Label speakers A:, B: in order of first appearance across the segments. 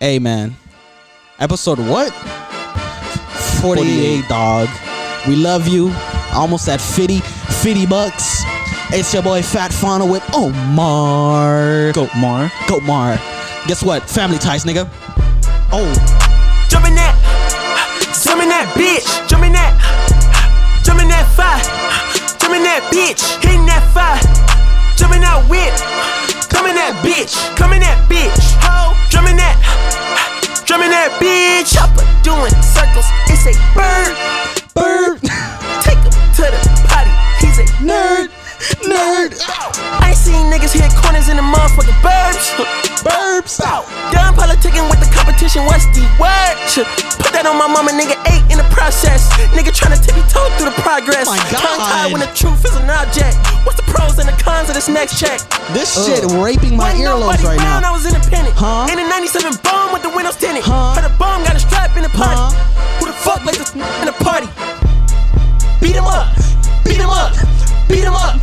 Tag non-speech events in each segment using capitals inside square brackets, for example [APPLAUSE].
A: Hey man, episode what? Forty-eight, dog. We love you. Almost at 50, 50 bucks. It's your boy Fat Fauna with Omar. Go,
B: Mar.
A: go, Mar. Guess what? Family ties, nigga. Oh.
C: Jumpin' that, jumpin' that bitch, jumpin' that, jumpin' that fire, jumpin' that bitch, hitting that fire, jumpin' that whip, coming that bitch, coming that bitch, ho, jumpin' that, jumpin' that bitch, chopper doing circles, it's a bird,
A: Bird,
C: take him to the potty, he's a [LAUGHS]
A: nerd, nerd,
C: I ain't seen niggas hit corners in the motherfucking burbs.
A: burbs out.
C: Done politicking with the competition, what's the word? Shit, Put that on my mama, nigga, ate in the process. Nigga tryna tippy toe through the progress.
A: My God.
C: Tongue tied when the truth is an object. What's the pros and the cons of this next check?
A: This shit raping my
C: Wasn't
A: earlobes
C: nobody
A: right
C: round, I
A: now.
C: was independent.
A: Huh?
C: In a 97 bomb with the windows tinted.
A: Huh?
C: Heard a bomb got a strap in the party.
A: Huh?
C: Who the fuck let this in the party? Beat him up, beat him up, beat him up.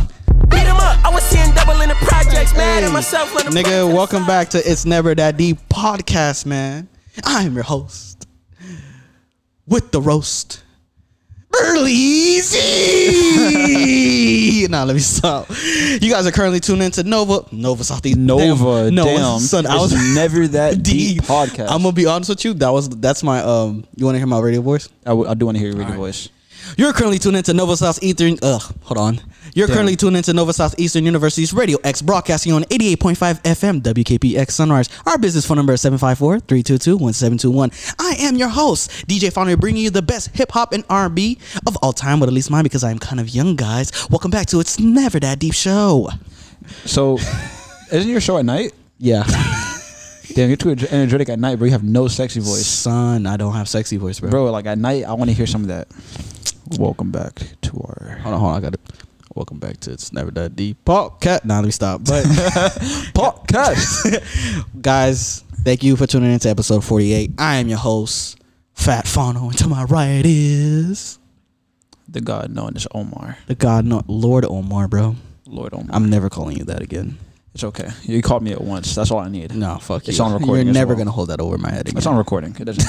C: Beat him up. I was seeing double in the projects, mad
A: Hey,
C: at myself. when the
A: nigga, welcome back to It's Never That Deep podcast, man. I am your host with the roast. Early
B: [LAUGHS]
A: easy. nah, let me stop. You guys are currently tuned into Nova, Nova Southeast.
B: Nova. Damn.
A: son, I
B: It's
A: was
B: never [LAUGHS] that
A: [LAUGHS]
B: deep, podcast.
A: I'm gonna be honest with you. That was that's my um. You want to hear my radio voice?
B: I, w- I do want to hear your voice.
A: You're currently tuned into Nova South Eastern. Ugh, hold on. You're
B: Damn.
A: currently tuned into Nova Southeastern University's Radio X broadcasting on 88.5 FM WKPX Sunrise. Our business phone number is 754-322-1721. I am your host, DJ Founder, bringing you the best hip hop and R&B of all time, but at least mine because I am kind of young, guys. Welcome back to It's Never That Deep Show.
B: [LAUGHS] So, isn't your show at night?
A: Yeah.
B: Damn, you're too ener- energetic at night, bro. You have no sexy voice,
A: Son, I don't have sexy voice, bro.
B: bro. Like at night, I want to hear some of that. Welcome back to our
A: Hold on, hold on. I got it. Welcome back to It's Never That Deep Podcast. Nah, let me stop. [LAUGHS] But...
B: podcast.
A: [LAUGHS] guys, thank you for tuning in to episode 48. I am your host, Fat Fano, and to my right is
B: [LAUGHS] the God known is Omar,
A: the God, no, Lord Omar, bro.
B: Lord Omar.
A: I'm never calling you that again.
B: it's okay. You called me at once. That's all I need.
A: No, fuck
B: It's
A: you.
B: on recording
A: You're
B: as
A: never
B: well.
A: gonna hold that over my head again.
B: It's on recording. It doesn't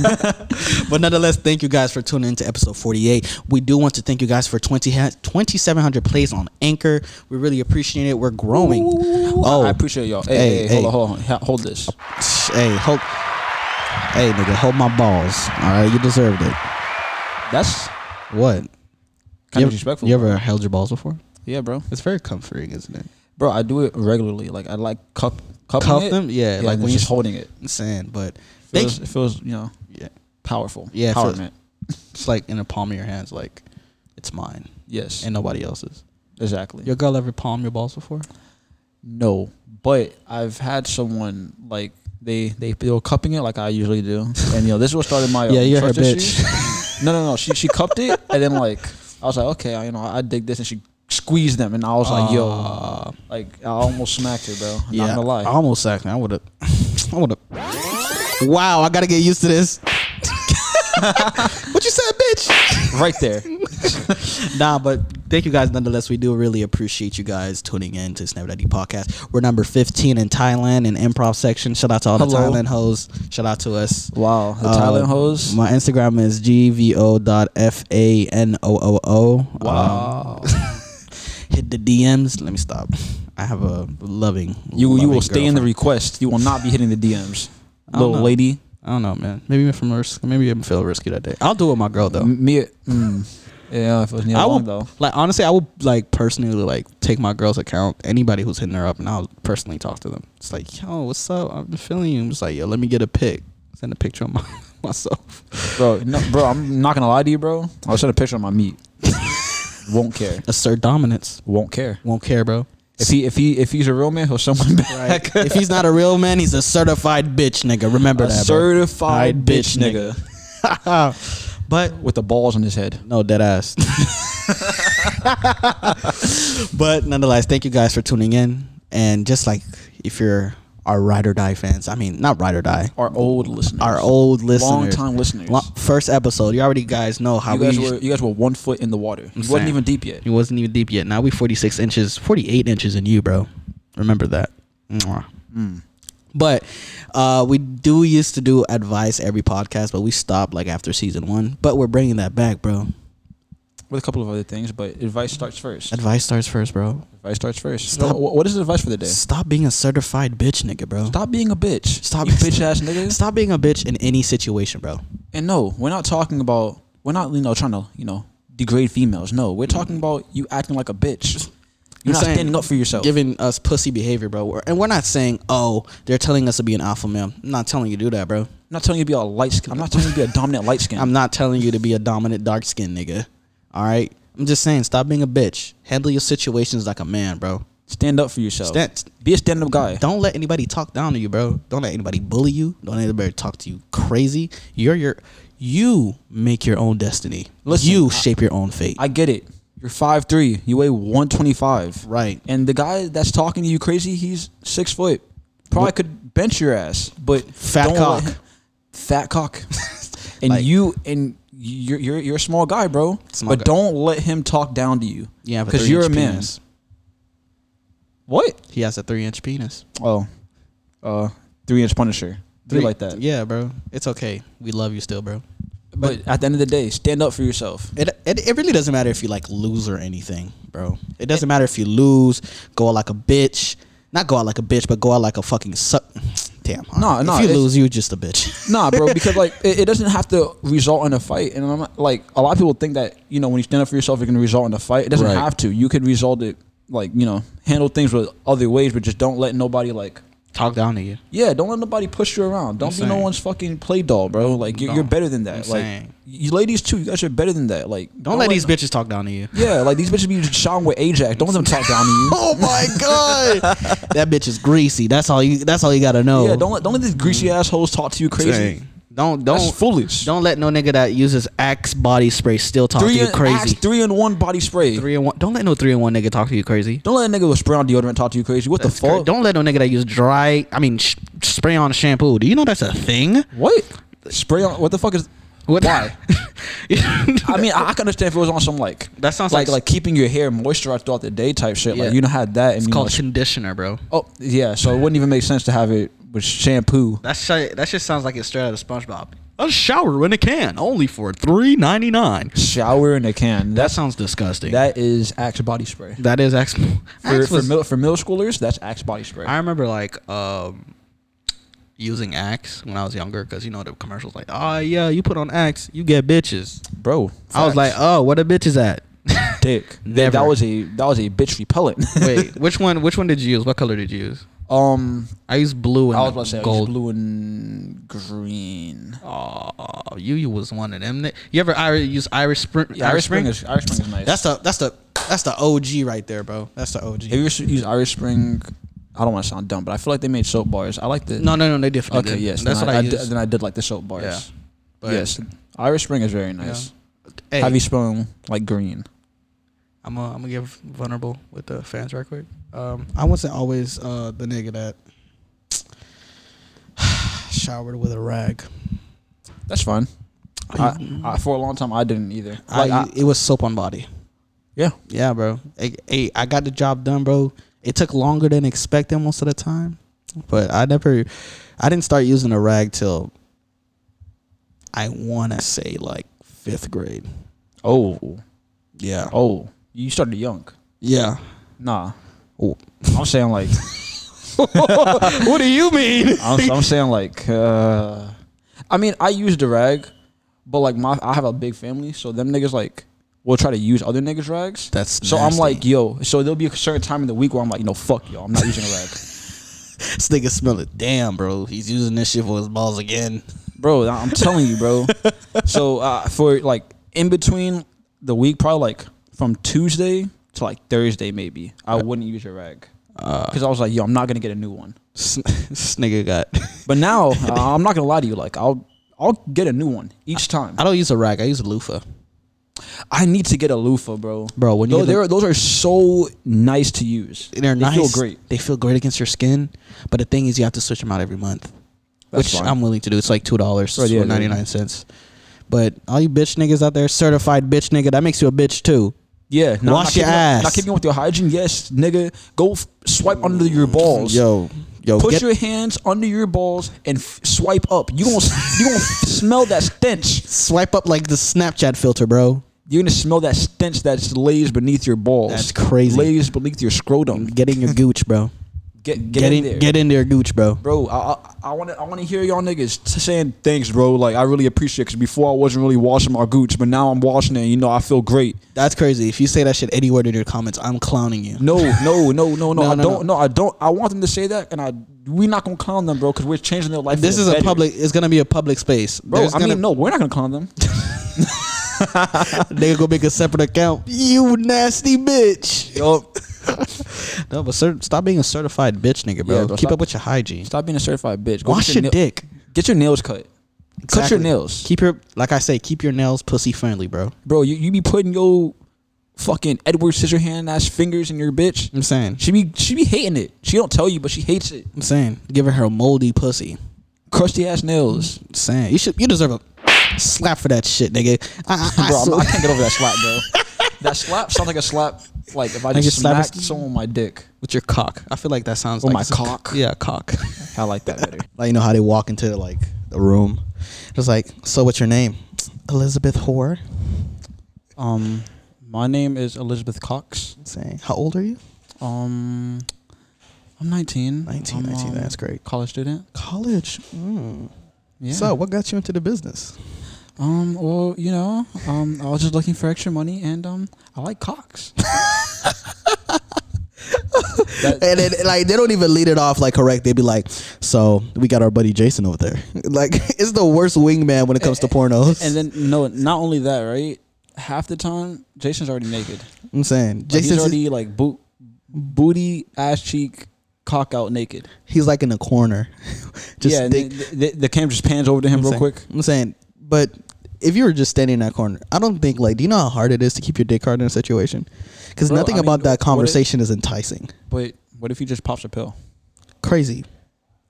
B: matter.
A: But nonetheless, thank you guys for tuning in to episode 48. We do want to thank you guys for 20 ha- 2,700 plays on Anchor. We really appreciate it. We're growing.
B: [LAUGHS] oh, I appreciate y'all. Hey, hey,
A: Hey,
B: hold
A: hey.
B: on, hold on, Ha- hold this.
A: Hey, hold. Hey, nigga, hold my balls. All right, you deserved it.
B: That's
A: What?
B: kind
A: you,
B: of disrespectful.
A: You ever held your balls before?
B: yeah, bro.
A: It's very comforting, isn't it?
B: Bro, I do it regularly. Like I like cup cupping
A: Cuff
B: it.
A: them? Yeah, like when
B: like when
A: you-
B: you're just holding it.
A: I'm saying, but they,
B: Feels, it feels you know
A: yeah,
B: powerful.
A: Yeah, it feels-
B: empowerment.
A: it's like in the palm of your hands, like it's mine
B: Yes,
A: and nobody else's.
B: exactly.
A: Your girl ever palm your balls before?
B: no, but I've had someone like they they feel cupping it like I usually do, and you know this is what started
A: [LAUGHS]
B: my
A: Yeah,
B: um,
A: you're her
B: trust issues. no, no, no. She she cupped it, and then like I was like, okay, I, you know, I dig this, and she squeezed them, and I was
A: Uh,
B: like,
A: Ah.
B: yo, like I almost smacked her, bro. Not gonna lie.
A: I almost sacked me. I would have. [LAUGHS] I would have. Wow, I gotta get used to this. [LAUGHS] what you said, bitch?
B: right there.
A: Nah, but thank you guys nonetheless. We do really appreciate you guys tuning in to Snap Daddy Podcast. We're number 15 in Thailand in improv section. Shout out to all
B: Hello.
A: the Thailand hoes. Shout out to us.
B: [LAUGHS] Wow, the
A: Uh,
B: Thailand hose.
A: My Instagram is gvo.fanoo.
B: Wow.
A: Um, [LAUGHS] hit the DMs. Let me stop. I have a loving.
B: You you
A: loving
B: will stay in the
A: girlfriend.
B: request. You will not be hitting the DMs,
A: I don't
B: little
A: know.
B: lady.
A: I don't know, man. Maybe I'm from risk. Maybe I'm feel risky that day. I'll do it with my girl though.
B: M- Me, mm, yeah, if it was Neil
A: I will
B: Long though.
A: like honestly. I will like personally like take my girl's account. Anybody who's hitting her up, and I'll personally talk to them. It's like, yo, what's up? I'm feeling you. I'm just like, yo, let me get a pic. Send a picture of my, [LAUGHS] myself.
B: bro, no, bro, I'm not gonna lie to you, bro. I'll send a picture of
A: [LAUGHS]
B: my meat. Won't care.
A: Assert dominance.
B: Won't care.
A: Won't care, bro.
B: If he if he if he's a real man, he'll send one back. [LAUGHS]
A: Right. [LAUGHS] if he's not a real man, he's a certified bitch nigga. Remember
B: A
A: that. bro.
B: certified
A: Right,
B: bitch nigga
A: [LAUGHS] but
B: with the balls on his head.
A: no dead ass. [LAUGHS] but nonetheless, thank you guys for tuning in. And just like if you're our ride or die fans, I mean not ride or die,
B: Our old listeners.
A: our old listeners,
B: time listeners.
A: Lo- first episode. You already guys know how
B: You guys
A: we.
B: were you guys were one foot in the water. You
A: saying.
B: wasn't even deep yet.
A: it wasn't even deep yet.
B: Hmm.
A: Now we 46 inches, 48 inches in you, bro. Remember that. Mwah. But uh, we do used to do advice every podcast, but we stopped like after season one. But we're bringing that back, bro.
B: With a couple of other things, but advice starts first.
A: Advice starts first, bro.
B: Advice starts first.
A: Stop.
B: Wh- what is the advice for the day?
A: Stop being a certified bitch, nigga, bro.
B: Stop being a bitch.
A: Stop-
B: you bitch ass nigga.
A: [LAUGHS] Stop being a bitch in any situation, bro.
B: And no, we're not talking about we're not you know trying to you know degrade females. No, we're talking about you acting like a bitch.
A: I'm
B: You're not
A: saying
B: standing up for yourself.
A: Giving us pussy behavior, bro. We're- And we're not saying, oh, they're telling us to be an alpha male. I'm not telling you to do that, bro.
B: I'm not telling you to be a light skin. I'm not telling you to be a dominant light [LAUGHS] skin.
A: I'm not telling you to be a dominant dark skinned nigga. All right? I'm just saying, stop being a bitch. Handle your situations like a man, bro.
B: Stand up for yourself.
A: Stand-
B: be a stand up guy.
A: Don't let anybody talk down to you, bro. Don't let anybody bully you. Don't let anybody talk to you crazy. You're your you make your own destiny.
B: Listen,
A: you
B: I-
A: shape your own fate.
B: I get it. You're five three. You weigh one twenty five.
A: Right.
B: And the guy that's talking to you crazy, he's six foot. Probably could bench your ass, but
A: Fat
B: don't let
A: cock.
B: him-
A: [LAUGHS]
B: fat cock. and
A: Like-
B: you and you're you're you're a small guy, bro.
A: Small
B: but
A: guy.
B: don't let him talk down to you.
A: You have a
B: because
A: three
B: you're a
A: inch
B: man.
A: penis.
B: What?
A: He has a three inch penis.
B: Oh, uh, three inch Punisher. Three like that.
A: Yeah, bro. It's okay. We love you still, bro.
B: But at the end of the day, stand up for yourself.
A: It, it, it really doesn't matter if you like lose or anything, bro. It doesn't matter if you lose, go out like a bitch. Not go out like a bitch, but go out like a fucking suck. [SNIFFS] Damn. huh?
B: No, no,
A: If you
B: it's-
A: lose, you just a bitch. [LAUGHS]
B: Nah, bro, because like it, it doesn't have to result in a fight, and I'm not, like a lot of people think that you know when you stand up for yourself, it can result in a fight. It doesn't
A: Right.
B: have to. You could result it like you know handle things with other ways, but just don't let nobody like
A: Talk down to you.
B: yeah, don't let nobody push you around. Don't be no
A: saying.
B: one's fucking play doll, bro. Like you're, you're
A: No,
B: better than that.
A: I'm
B: like
A: saying.
B: you ladies too, you guys are better than that. Like
A: Don't let these bitches talk down to you.
B: yeah, like these bitches be shouting with Ajax. Don't let them talk down to you.
A: [LAUGHS] Oh my god, that bitch is greasy. That's all you. That's all you gotta know.
B: Yeah, don't let don't let these greasy
A: Mm.
B: assholes talk to you crazy.
A: Dang. Don't don't
B: That's foolish.
A: Don't let no nigga that uses Axe body spray still talk
B: Three
A: to you
B: in,
A: crazy.
B: Axe three in one body spray.
A: three and one. Don't let no three and one nigga talk to you crazy.
B: Don't let a nigga with spray on deodorant talk to you crazy. What the
A: Cra-
B: fuck?
A: Don't let no nigga that use dry. I mean, sh- spray on shampoo. Do you know that's a thing?
B: what spray on? What the fuck is?
A: What? [LAUGHS]
B: Why? [LAUGHS] I mean, I, I can understand if it was on some like
A: That sounds
B: like
A: like-
B: like keeping your hair moisturized throughout the day type shit.
A: Yeah.
B: Like you don't have that. And
A: it's
B: you
A: called
B: know,
A: conditioner, bro.
B: oh yeah, so it wouldn't even make sense to have it with shampoo.
A: That shit, that shit sounds like it's straight out of SpongeBob. A shower when it can, only for three ninety nine.
B: Shower in a can.
A: That
B: That's
A: sounds disgusting.
B: that is Axe body spray.
A: that is [LAUGHS] Axe.
B: For,
A: Axe
B: for,
A: was-
B: middle, for middle schoolers, that's Axe body spray.
A: I remember like um using Axe when I was younger because you know the commercials like, oh yeah, you put on Axe, you get bitches.
B: Bro,
A: I was
B: facts.
A: like, oh, where the bitches at? [LAUGHS]
B: dick.
A: Never.
B: That, that was a that was a bitch repellent.
A: Wait, which one? Which one did you use? What color did you use?
B: [LAUGHS] um,
A: I used blue and
B: I was about to say I
A: gold.
B: used blue and green.
A: Oh, you, you was one of them. ni- You ever Irish, use Irish Spring?
B: Yeah, Irish Spring is Irish Spring is nice.
A: that's the that's the that's the OG right there, bro. That's the OG.
B: Have you ever used Irish Spring? I don't want to sound dumb, but I feel like they made soap bars. I like the
A: no, no, no, they different.
B: Okay, yes,
A: that's
B: then
A: what I,
B: I,
A: used.
B: did, then I did like the soap bars.
A: Yeah, but-
B: yes, Irish Spring is very nice.
A: Hey,
B: Have you spun like green?
A: I'm gonna I'm gonna give vulnerable with the fans right quick. Um, I wasn't always uh, the nigga
B: [SIGHS]
A: that showered with a rag.
B: That's fine. I, I, for a long time, I didn't either. Like,
A: I,
B: I-
A: it was soap on body.
B: yeah,
A: Yeah, bro. Hey, hey, I got the job done, bro. It took longer than expected most of the time, but I never, I didn't start using a rag till I want to say like fifth grade.
B: oh,
A: Yeah.
B: oh, you started young.
A: Yeah. [LAUGHS]
B: Nah,
A: Oh.
B: I'm saying like
A: what do you mean? [LAUGHS]
B: I'm, I'm saying like uh, I mean I used the rag, but like my I have a big family, so them niggas like will try to use other niggas rags.
A: That's
B: so
A: nasty.
B: I'm like yo. So there'll be a certain time in the week where I'm like you know fuck yo, I'm not using a rag,
A: This nigga smell it. Damn, bro. He's using this shit for his balls again. [LAUGHS]
B: bro. I'm telling you, bro. so uh, for like in between the week, probably like from Tuesday to like Thursday maybe, I
A: Uh,
B: wouldn't use a rag because I was like yo, I'm not gonna get a new one.
A: This this nigga got. [LAUGHS]
B: But now uh, I'm not gonna lie to you, like I'll I'll get a new one each time.
A: I don't use a rag. I use a loofah.
B: I need to get a loofah, bro.
A: Bro, when you
B: those,
A: get
B: they're- those are so nice to use.
A: They're
B: they
A: nice.
B: feel great.
A: They feel great against your skin. But the thing is, you have to switch them out every month,
B: That's
A: which
B: fine.
A: I'm willing to do. It's like two dollars
B: Right, yeah,
A: for ninety nine cents. But all you bitch niggas out there, certified bitch nigga, that makes you a bitch too.
B: Yeah,
A: Wash your
B: keeping up-
A: ass.
B: Not keeping up with your hygiene, yes, nigga. Go f- swipe under your balls.
A: Yo, Yo,
B: Put
A: get-
B: your hands under your balls and f- swipe up. You gonna you gonna [LAUGHS] smell that stench.
A: Swipe up like the Snapchat filter, bro.
B: You're gonna smell that stench that lays beneath your balls.
A: That's crazy.
B: Lays beneath your scrotum. Get
A: Get in
B: [LAUGHS]
A: your gooch, bro.
B: get,
A: Get, in,
B: there.
A: get in there, gooch, bro.
B: bro. I I want to I want to hear y'all niggas t- saying thanks, bro. Like I really appreciate because before I wasn't really washing my gooch, but now I'm washing it. and, You know I feel great.
A: That's crazy. If you say that shit anywhere in your comments, I'm clowning you. [LAUGHS]
B: No, no, no, no, no.
A: No,
B: I
A: no,
B: don't. No. I don't. I want them to say that, and I we not gonna clown them, bro, because we're changing their life.
A: This
B: for
A: is
B: the
A: a
B: better.
A: public. It's gonna be a public space,
B: Bro,
A: There's
B: I
A: gonna,
B: mean, no, we're not gonna clown them.
A: [LAUGHS] They go make a separate account. You nasty bitch.
B: Yo,
A: No, but cer- stop being a certified bitch, nigga, bro.
B: Yeah, bro,
A: Keep
B: stop-
A: up with your hygiene.
B: stop being a certified bitch. Go
A: Wash
B: get
A: your
B: nail-
A: dick.
B: Get your nails cut. Cut
A: Exactly.
B: your nails,
A: Keep your like I say. Keep your nails pussy friendly, bro.
B: bro. You, you be putting your fucking Edward Scissorhand ass fingers in your bitch.
A: I'm saying.
B: She be she be hating it. She don't tell you, but she hates it.
A: I'm saying. Giving her a moldy pussy.
B: Crusty ass nails.
A: I'm saying. You should. You deserve a slap for that shit, nigga. I,
B: [LAUGHS]
A: I, I
B: bro, I'm,
A: swear-
B: I can't get over that slap, bro. [LAUGHS] that slap sounds like a slap. Like if I
A: Like
B: just
A: a slap
B: smacked
A: is-
B: someone on my dick,
A: with your cock. I feel like that sounds
B: Oh,
A: like
B: my
A: it's a-
B: cock?
A: [LAUGHS] yeah, cock.
B: I like that better.
A: [LAUGHS] like you know how they walk into like the room. Just like, so what's your name? Elizabeth Hoare.
B: [LAUGHS] Um, my name is Elizabeth Cox.
A: Saying, how old are you?
B: Um, I'm 19.
A: 19,
B: I'm, um,
A: 19, that's great.
B: College student.
A: College. Mm.
B: Yeah.
A: So, what got you into the business?
B: Um, well, you know, um, I was just looking for extra money, and um, I
A: [LAUGHS]
B: like cocks.
A: And then, like, they don't even lead it off like correct. They'd be like, "So we got our buddy Jason over there." [LAUGHS] Like, it's the worst wingman when it comes to pornos.
B: [LAUGHS] and then no, not only that, right? Half the time, Jason's already naked. Like,
A: I'm saying,
B: he's
A: Jason's
B: already like boot, booty, ass cheek, cock out, naked.
A: he's like in a corner. [LAUGHS] just
B: yeah, and
A: think-
B: the, the, the cam just pans over to him
A: I'm
B: real
A: saying-
B: quick.
A: I'm saying, but if you were just standing in that corner, I don't think like, do you know how hard it is to keep your dick hard in a situation? Because
B: Bro,
A: nothing
B: I mean,
A: about
B: what
A: that
B: if-
A: conversation is enticing.
B: But what if he just pops a pill
A: Crazy.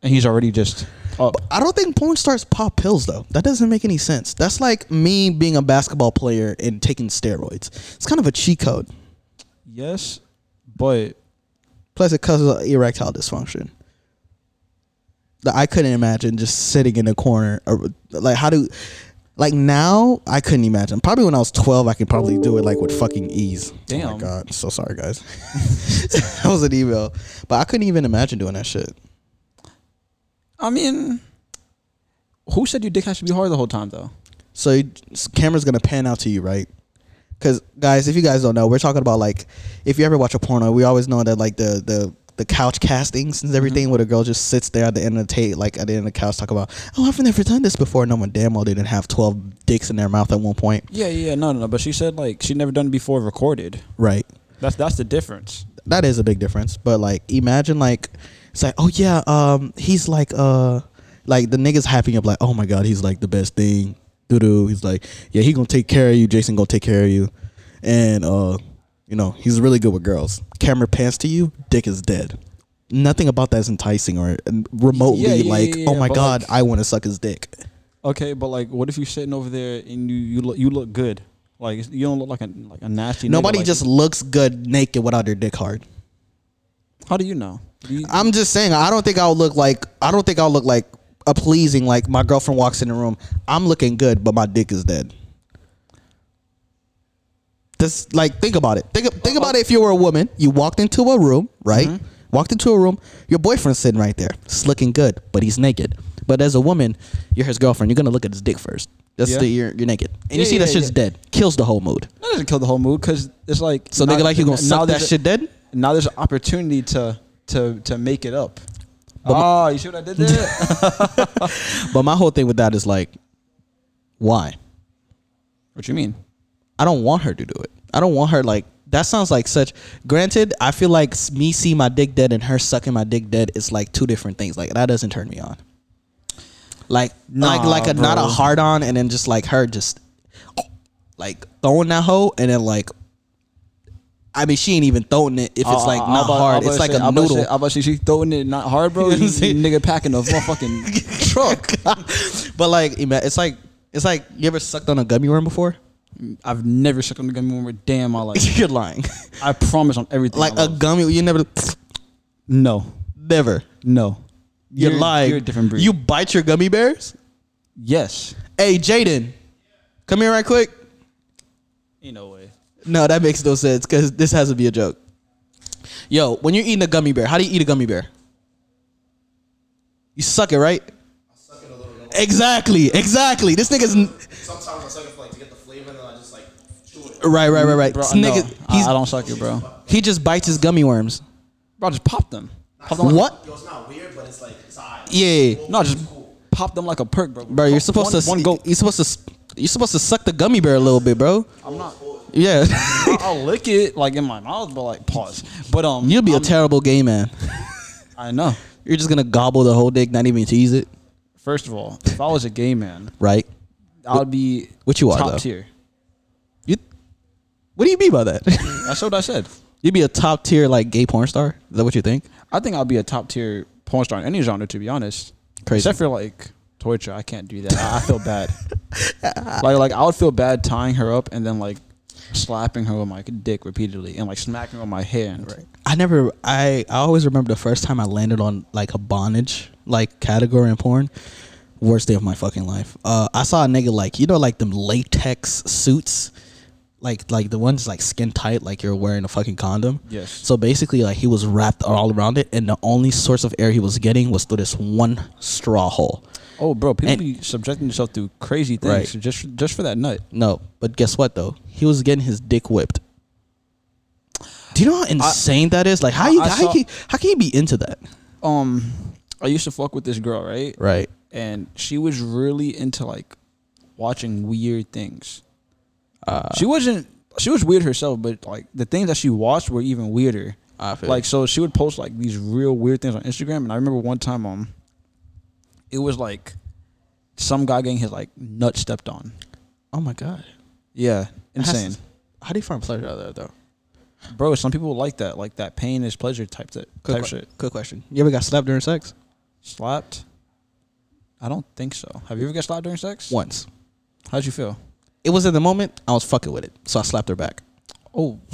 B: and he's already just up?
A: I don't think porn stars pop pills though. That doesn't make any sense. That's like me being a basketball player and taking steroids. It's kind of a cheat code.
B: Yes, but
A: Plus, it causes erectile dysfunction. That I couldn't imagine just sitting in a corner. Or, like, how do, like now, I couldn't imagine. Probably when I was 12, I could probably do it like with fucking ease. Oh
B: Damn.
A: my God. So sorry, guys. [LAUGHS] that was an email. But I couldn't even imagine doing that shit.
B: I mean, who said your dick has to be hard the whole time though?
A: So you, s- camera's gonna pan out to you, right? Because guys, if you guys don't know, we're talking about like if you ever watch a porno, we always know that like the the the couch castings and everything, where the girl just sits there at the end of the tape, like at the end of the couch, talk about, oh, I've never done this before. No one damn well didn't have twelve dicks in their mouth at one point,
B: Yeah, yeah, no, no, no. But she said like she never done it before recorded.
A: right?
B: That's that's the difference.
A: that is a big difference. But like, imagine like it's like, oh yeah, um, he's like, uh, like the niggas hyping up like, oh my god, he's like the best thing, doo doo. He's like, yeah, he gonna take care of you. Jason gonna take care of you, and uh, you know, he's really good with girls. Camera pans to you, dick is dead. Nothing about that is enticing or um, remotely
B: Yeah, yeah,
A: like,
B: yeah,
A: oh my
B: but,
A: god,
B: like-
A: I want to suck his dick.
B: Okay, but like, what if you're sitting over there and you you look you look good? Like you don't look like a like a nasty. nigga,
A: Nobody
B: like-
A: just looks good naked without their dick hard.
B: How do you know? Do you-
A: I'm just saying. I don't think I'll look like. I don't think I'll look like a pleasing. Like my girlfriend walks in the room. I'm looking good, but my dick is dead. Just like think about it. Think think about it. If you were a woman, you walked into a room, right?
B: Mm-hmm.
A: Walked into a room. Your boyfriend's sitting right there. It's looking good, but he's naked. But as a woman, you're his girlfriend. You're gonna look at his dick first. That's
B: Yeah.
A: the you're, you're naked, and you
B: Yeah,
A: see
B: yeah,
A: that shit's
B: yeah.
A: dead. Kills the whole mood.
B: that doesn't kill the whole mood because it's like
A: So
B: now-
A: nigga, like you gonna
B: now
A: suck that
B: there's a-
A: shit dead?
B: now there's an opportunity to to to make it up. Ah, you see what I
A: [LAUGHS]
B: did there?
A: But my whole thing with that is like, why?
B: what you mean?
A: I don't want her to do it. I don't want her like that sounds like such granted, I feel like s- me seeing my dick dead and her sucking my dick dead is like two different things. Like that doesn't turn me on. Like like
B: Nah,
A: like a not a
B: bro.
A: hard on and then just like her just like throwing that hoe and then like I mean she ain't even throwing it if
B: Ah, Uh,
A: it's like not hard. It's like a noodle. [LAUGHS]
B: [LAUGHS] I about to say she throwing it not hard, bro. you, you nigga packing a
A: [LAUGHS]
B: motherfucking
A: Truck. but like ima- it's like it's like you ever sucked on a gummy worm before? [LAUGHS]
B: I've never sucked on the gummy worm a day in my life.
A: You're lying.
B: I promise on everything.
A: like
B: I
A: a
B: love.
A: gummy you never
B: no.
A: [SNIFFS] Never.
B: No.
A: You're, lying.
B: You're a different breed.
A: You bite your gummy bears?
B: yes.
A: Hey, Jaden, come here right quick.
B: Ain't no way.
A: No, that makes no sense because this has to be a joke. Yo, when you're eating a gummy bear, how do you eat a gummy bear? You suck it, right?
D: Suck it a little bit.
A: Exactly, exactly. This nigga's n-
D: Sometimes I suck it for like to get the flavor, and then I just like chew it.
A: right, right, right, right.
B: Bro,
A: This
B: no,
A: nigga,
B: I,
A: he's,
B: I don't suck it, bro.
A: he just bites his gummy worms.
B: Bro, just pop them. Pop them like-
A: What?
D: Yo, it's not weird, but it's like it's alright.
A: Yeah,
B: no, just pop them like a perk, bro.
A: bro, you're
B: Pop
A: supposed
B: one, e-
A: to.
B: one go.
A: You're supposed to. s- You're supposed to suck the gummy bear a little bit, bro.
B: I'm not.
A: Yeah,
B: I'll, I'll lick it like in my mouth, but like pause. But um,
A: [LAUGHS] you'll be a
B: I'm-
A: terrible gay man.
B: I know.
A: You're just gonna gobble the whole dick, not even tease it,
B: First of all, if I was a gay man,
A: right?
B: I'd be
A: What you are,
B: top
A: though.
B: tier.
A: You. What do you mean by that? [LAUGHS]
B: That's what I said.
A: You'd be a top tier like gay porn star. Is that what you think?
B: I think I'll be a top tier porn star in any genre, to be honest.
A: Crazy.
B: Except for like torture, I can't do that. I, I feel bad. [LAUGHS] like like I would feel bad tying her up and then like slapping her with my dick repeatedly and like smacking her with my hand. Right.
A: I never. I I always remember the first time I landed on like a bondage like category in porn. Worst day of my fucking life. Uh, I saw a nigga like you know like them latex suits, like like the ones like skin tight, like you're wearing a fucking condom.
B: Yes.
A: So basically, like he was wrapped all around it, and the only source of air he was getting was through this one straw hole.
B: Oh, bro, people
A: And-
B: be subjecting themselves to crazy things
A: Right.
B: just just for that nut.
A: No, but guess what though? He was getting his dick whipped. Do you know how insane that is? Like how you
B: I
A: how,
B: saw-
A: you- how can you be into that?
B: Um, I used to fuck with this girl, right?
A: Right.
B: and she was really into like watching weird things. she wasn't. She was weird herself, but like the things that she watched were even weirder.
A: I feel
B: like so, she would post like these real weird things on Instagram, and I remember one time, um, it was like some guy getting his like nut stepped on.
A: Oh my god.
B: Yeah,
A: Has-
B: [LAUGHS] insane,
A: How do you find pleasure out of that though?
B: bro. Some people like that, like that pain is pleasure type that
A: Good,
B: type
A: que-
B: shit.
A: good question. You ever got slapped during sex?
B: Slapped? I don't think so. Have you ever got slapped during sex?
A: Once.
B: How'd you feel?
A: It was in the moment I was fucking with it, so I slapped her back.
B: Oh.
A: [LAUGHS]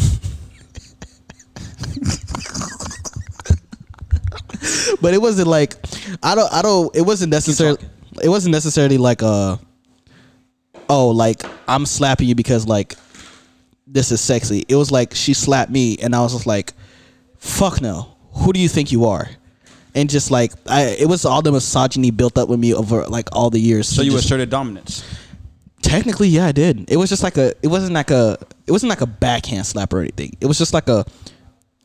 A: But it wasn't like I don't I don't it wasn't necessarily it wasn't necessarily like a oh like I'm slapping you because like this is sexy. It was like she slapped me and I was just like fuck no. Who do you think you are? And just like I it was all the misogyny built up with me over like all the years.
B: So you
A: just-
B: asserted dominance.
A: Technically, yeah, I did. It was just like a. It wasn't like a. It wasn't like a backhand slap or anything. It was just like a,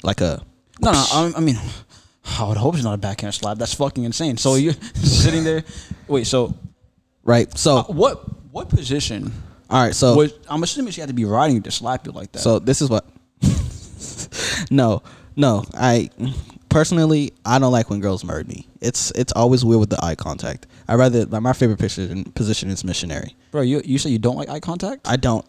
A: like a.
B: No, no. I, I mean, I would hope it's not a backhand slap. That's fucking insane. So you're [LAUGHS] sitting there. Wait. So uh,
A: Right. So
B: what? What position?
A: all right. So
B: Was I'm assuming she had to be riding you to slap you like that.
A: so this is what. [LAUGHS] no, no. I personally, I don't like when girls murder me. It's it's always weird with the eye contact. I rather like my favorite position position is missionary.
B: bro, you you say you don't like eye contact?
A: I don't.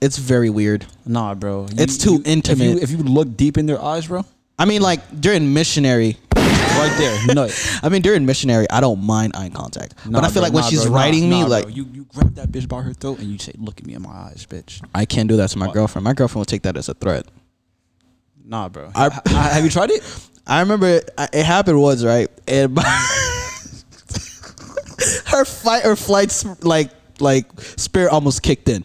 A: It's very weird.
B: nah, bro. You-
A: It's too
B: you- if you-
A: intimate.
B: If you, look deep in their eyes, bro,
A: I mean, like during missionary,
B: right
A: [LAUGHS]
B: there, nut.
A: I mean during missionary, I don't mind eye contact.
B: Nah,
A: but I feel
B: bro,
A: like when
B: nah,
A: she's
B: bro, nah,
A: writing me,
B: nah, bro.
A: like
B: you you grab that bitch by her throat and you say, "Look at me in my eyes, bitch."
A: I can't do that to my girlfriend. My girlfriend will take that as a threat.
B: Nah, bro.
A: I-
B: Ha- ha- have you tried it?
A: I remember it, I- it happened once, right? And [LAUGHS] my- her fight or flight, sp- like like spirit almost kicked in.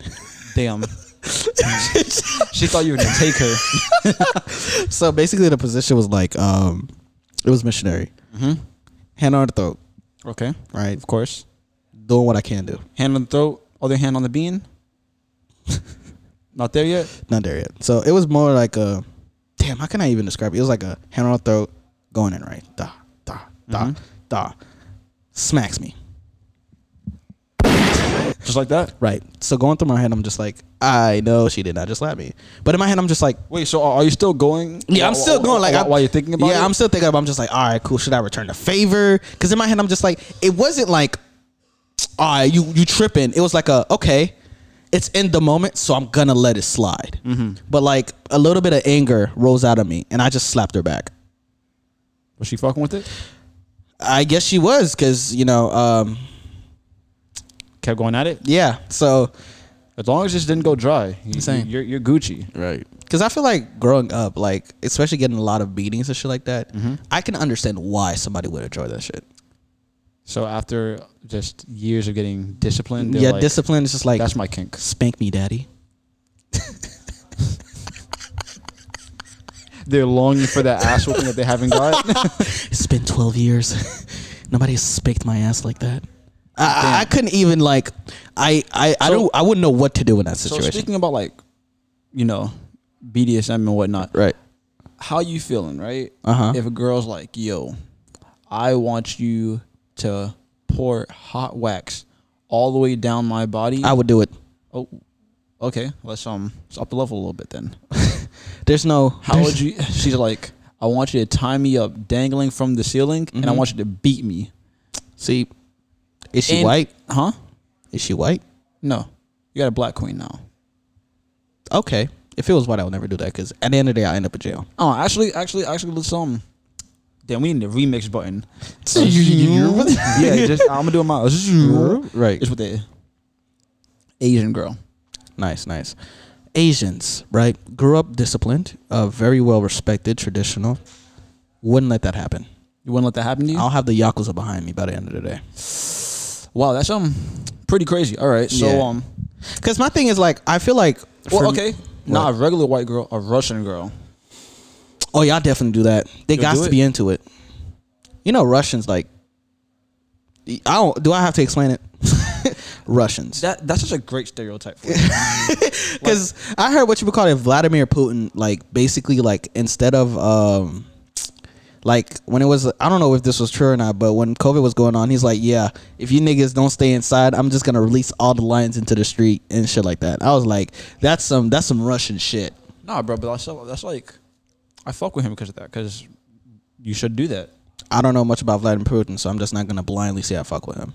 A: [LAUGHS]
B: Damn. she thought you were gonna
A: [LAUGHS]
B: take her.
A: So basically, the position was like um, it was missionary, hand on her throat,
B: Okay.
A: right?
B: Of course.
A: Doing what I can do.
B: Hand on the throat, other hand on the bean. [LAUGHS] Not there yet.
A: Not there yet. So it was more like a, damn. How can I even describe it? It was like a hand on her throat, going in right, da da da da, smacks me.
B: Just like that.
A: Right. So going through my head, I'm just like, I know she did not just slap me. But in my head, I'm just like,
B: Wait, so are are you still going?
A: yeah,
B: wh-
A: I'm
B: wh-
A: still
B: wh-
A: going. Like,
B: wh-
A: I'm-
B: while you're thinking about
A: yeah,
B: it.
A: I'm still thinking about. it. I'm just like, all right, cool. Should I return the favor? Because in my head, I'm just like, it wasn't like, all right, you you tripping. It was like a okay, it's in the moment, so I'm gonna let it slide.
B: Mm-hmm.
A: But like a little bit of anger rose out of me, and I just slapped her back.
B: Was she fucking with it?
A: I guess she was, because you know, um,
B: Kept going at it.
A: yeah. So
B: As long as this didn't go dry, you,
A: Same.
B: You're, you're Gucci.
A: right, because I feel like growing up, like especially getting a lot of beatings and shit like that,
B: Mm-hmm.
A: I can understand why somebody would enjoy that shit.
B: So after just years of getting disciplined, they're
A: yeah,
B: like,
A: discipline is just like
B: That's my kink.
A: spank me, daddy.
B: They're longing for that ass whooping that they haven't
A: [LAUGHS]
B: got.
A: It's been twelve years. [LAUGHS] Nobody has spanked my ass like that. I, I, I couldn't even like. I I, I
B: So-
A: don't. I wouldn't know what to do in that
B: so
A: situation.
B: speaking about like, you know, BDSM and whatnot,
A: right.
B: how you feeling, right?
A: Uh-huh.
B: If a girl's like, yo, I want you to pour hot wax all the way down my body.
A: I would do it.
B: oh, okay. Let's um let's up the level a little
A: [LAUGHS]
B: bit then.
A: There's no.
B: How would you? She's like, I want you to tie me up, dangling from the ceiling, and I want you to beat me.
A: [LAUGHS] see? Is Mm-hmm. she
B: And-
A: white?
B: Huh?
A: Is she white?
B: No, you got a black queen now.
A: Okay. If it was white, I would never do that because at the end of the day, I end up in jail.
B: Oh, actually, actually, actually, let's um. Damn, we need a remix
A: [LAUGHS]
B: button. [LAUGHS] yeah, just I'm gonna do it my
A: Right.
B: It's with the Asian girl.
A: Nice, nice. Asians, right? Grew up disciplined, uh, very well respected, traditional. Wouldn't let that happen.
B: You wouldn't let that happen to you?
A: I'll have the Yakuza behind me by the end of the day.
B: Wow, that's um pretty crazy. All right, so
A: Yeah.
B: um,
A: Because my thing is like, I feel like.
B: well,
A: for-
B: okay, not a regular white girl, a Russian girl.
A: Oh, y'all definitely do that. They
B: You'll
A: got
B: do
A: to
B: it?
A: be into it. You know, Russians like. I don't. Do I have to explain it? [LAUGHS] Russians.
B: That that's such a great stereotype. For
A: Because I heard what you would call it, Vladimir Putin, like basically like instead of um like when it was I don't know if this was true or not, but when COVID was going on, he's like, Yeah, if you niggas don't stay inside, I'm just gonna release all the lions into the street and shit like that. I was like, That's some that's some Russian shit.
B: [LAUGHS] Nah, bro, but that's, that's like, I fuck with him because of that. Because you should do that.
A: I don't know much about Vladimir Putin, so I'm just not gonna blindly say I fuck with him.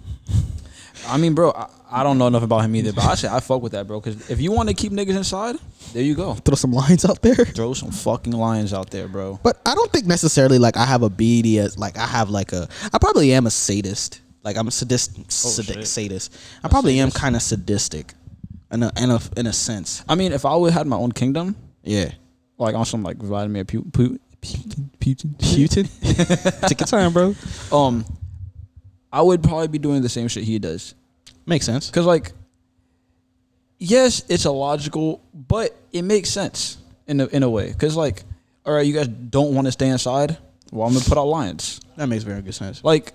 B: I mean, bro, I, I don't know enough about him either, but I say I fuck with that, bro. Because if you want to keep niggas inside, there you go.
A: Throw some lines out there.
B: Throw some fucking lions out there, bro.
A: But I don't think necessarily like I have a BDS. Like I have like a. I probably am a sadist. Like I'm a sadist. sadi-
B: Oh, shit.
A: sadist. I probably am kind of sadistic, in a, in a in a sense.
B: I mean, if I would had my own kingdom, [LAUGHS]
A: Yeah.
B: like on some like Vladimir Pu- Pu- Putin, Putin,
A: Putin. Take your time, bro.
B: um, I would probably be doing the same shit he does.
A: Makes sense.
B: Because like, yes, it's illogical, but it makes sense in a, in a way. Because like, all right, you guys don't want to stay inside. Well, I'm gonna put out lions.
A: That makes very good sense.
B: like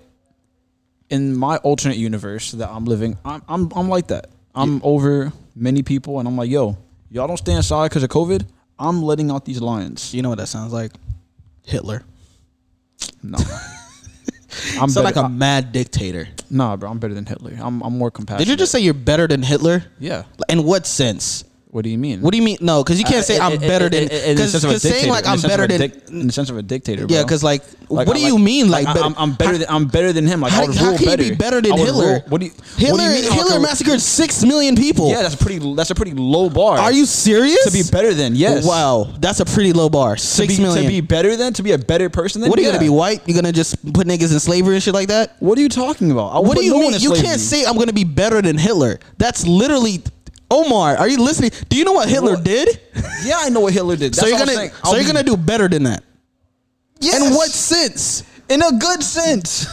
B: in my alternate universe that I'm living, I'm I'm, I'm like that. I'm over many people, and I'm like, yo, y'all don't stay inside because of COVID. I'm letting out these lions.
A: You know what that sounds like? Hitler. [LAUGHS]
B: No, I'm
A: Sound
B: better,
A: like a
B: I-
A: mad dictator.
B: nah, bro. I'm better than Hitler. I'm I'm more compassionate.
A: Did you just say you're better than Hitler?
B: yeah?
A: In what sense?
B: What do you mean?
A: What do you mean? No, because
B: Uh,
A: you can't say I'm better than. Because saying like I'm better than.
B: in the sense of a dictator.
A: Yeah,
B: bro.
A: because like,
B: Like,
A: what
B: I-
A: do you mean? Like,
B: I-
A: bet-
B: I'm, I'm better than I'm better than him. Like,
A: How,
B: I would
A: how
B: rule
A: can
B: better.
A: you be better than
B: I would
A: Hitler?
B: rule- what do you?
A: Hitler,
B: what do you mean? I
A: Hitler
B: could-
A: massacred six million people.
B: Yeah, that's a pretty. That's a pretty low bar.
A: Are you serious?
B: to be better than? Yes.
A: Wow, that's a pretty low bar.
B: To
A: Six
B: be,
A: million.
B: to be better than to be a better person than.
A: what are you
B: Yeah.
A: gonna be white? You're gonna just put niggas in slavery and shit like that?
B: What are you talking about? I
A: What
B: put
A: do you
B: no one
A: mean?
B: in
A: You
B: slavery.
A: can't say I'm gonna be better than Hitler. That's literally. Omar, are you listening? Do you know what Hitler
B: What?
A: did?
B: Yeah, I know what Hitler did. That's
A: so you're
B: all I'm
A: gonna
B: saying.
A: so
B: I'll
A: you're
B: be-
A: gonna do better than that. In what sense?
B: In a good sense.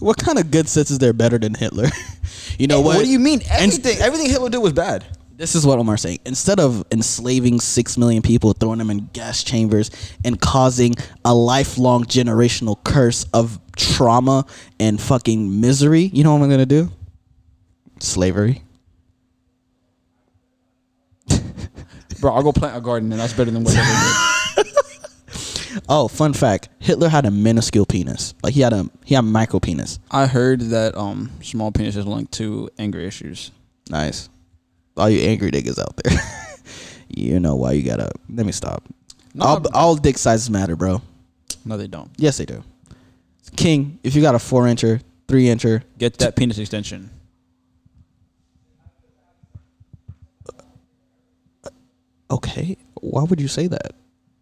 A: What kind of good sense is there better than Hitler? [LAUGHS] You know what?
B: What do you mean?
A: And-
B: Everything. Everything Hitler did was bad.
A: This is what Omar's saying. Instead of enslaving six million people, throwing them in gas chambers, and causing a lifelong generational curse of trauma and fucking misery, you know what I'm gonna do? Slavery.
B: Bro, I'll go plant a garden, and that's better than what Hitler
A: Oh, fun fact: Hitler had a minuscule penis. Like he had a he had a micro penis.
B: did. [LAUGHS] I heard that um, small penis is linked to anger issues.
A: Nice. All you angry niggas out there, [LAUGHS] you know why you gotta. Let me stop. all
B: I'm-
A: all dick sizes matter, bro.
B: No, they don't.
A: Yes, they do. King, if you got a four incher, three incher,
B: Get that penis extension.
A: Okay. Why would you say that?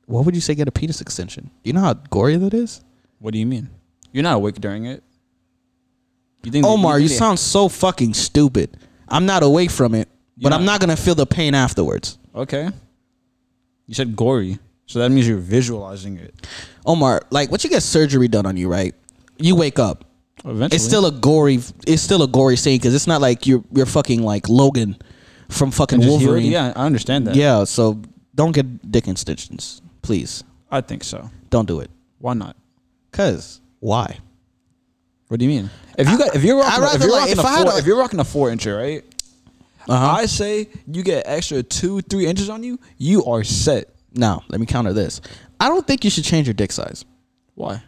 A: Why would you say get a penis extension? You know how gory that is?
B: What do you mean? You're not awake during it. You think
A: Omar, you
B: think they-
A: sound so fucking stupid. I'm not away from it, but
B: You're
A: I'm
B: not-
A: not going to feel the pain afterwards.
B: okay? You said gory, so that means you're visualizing it.
A: Omar, like once you get surgery done on you, right? You wake up.
B: Eventually,
A: It's still a gory. It's still a gory scene because it's not like you're you're fucking like Logan from fucking
B: Just heal-
A: Wolverine.
B: Yeah, I understand that.
A: Yeah, So don't get dick extensions, please.
B: I think so.
A: Don't do it.
B: Why not?
A: Cause why?
B: What do you mean? If you got, if you're
A: I'd
B: rocking, a- if
A: rather,
B: you're
A: like,
B: rocking
A: if
B: a
A: I had
B: four,
A: a- Uh-huh.
B: if you're rocking a four incher, right? I say you get extra two, three inches on you, you are set.
A: Now let me counter this. I don't think you should change your dick size
B: Why?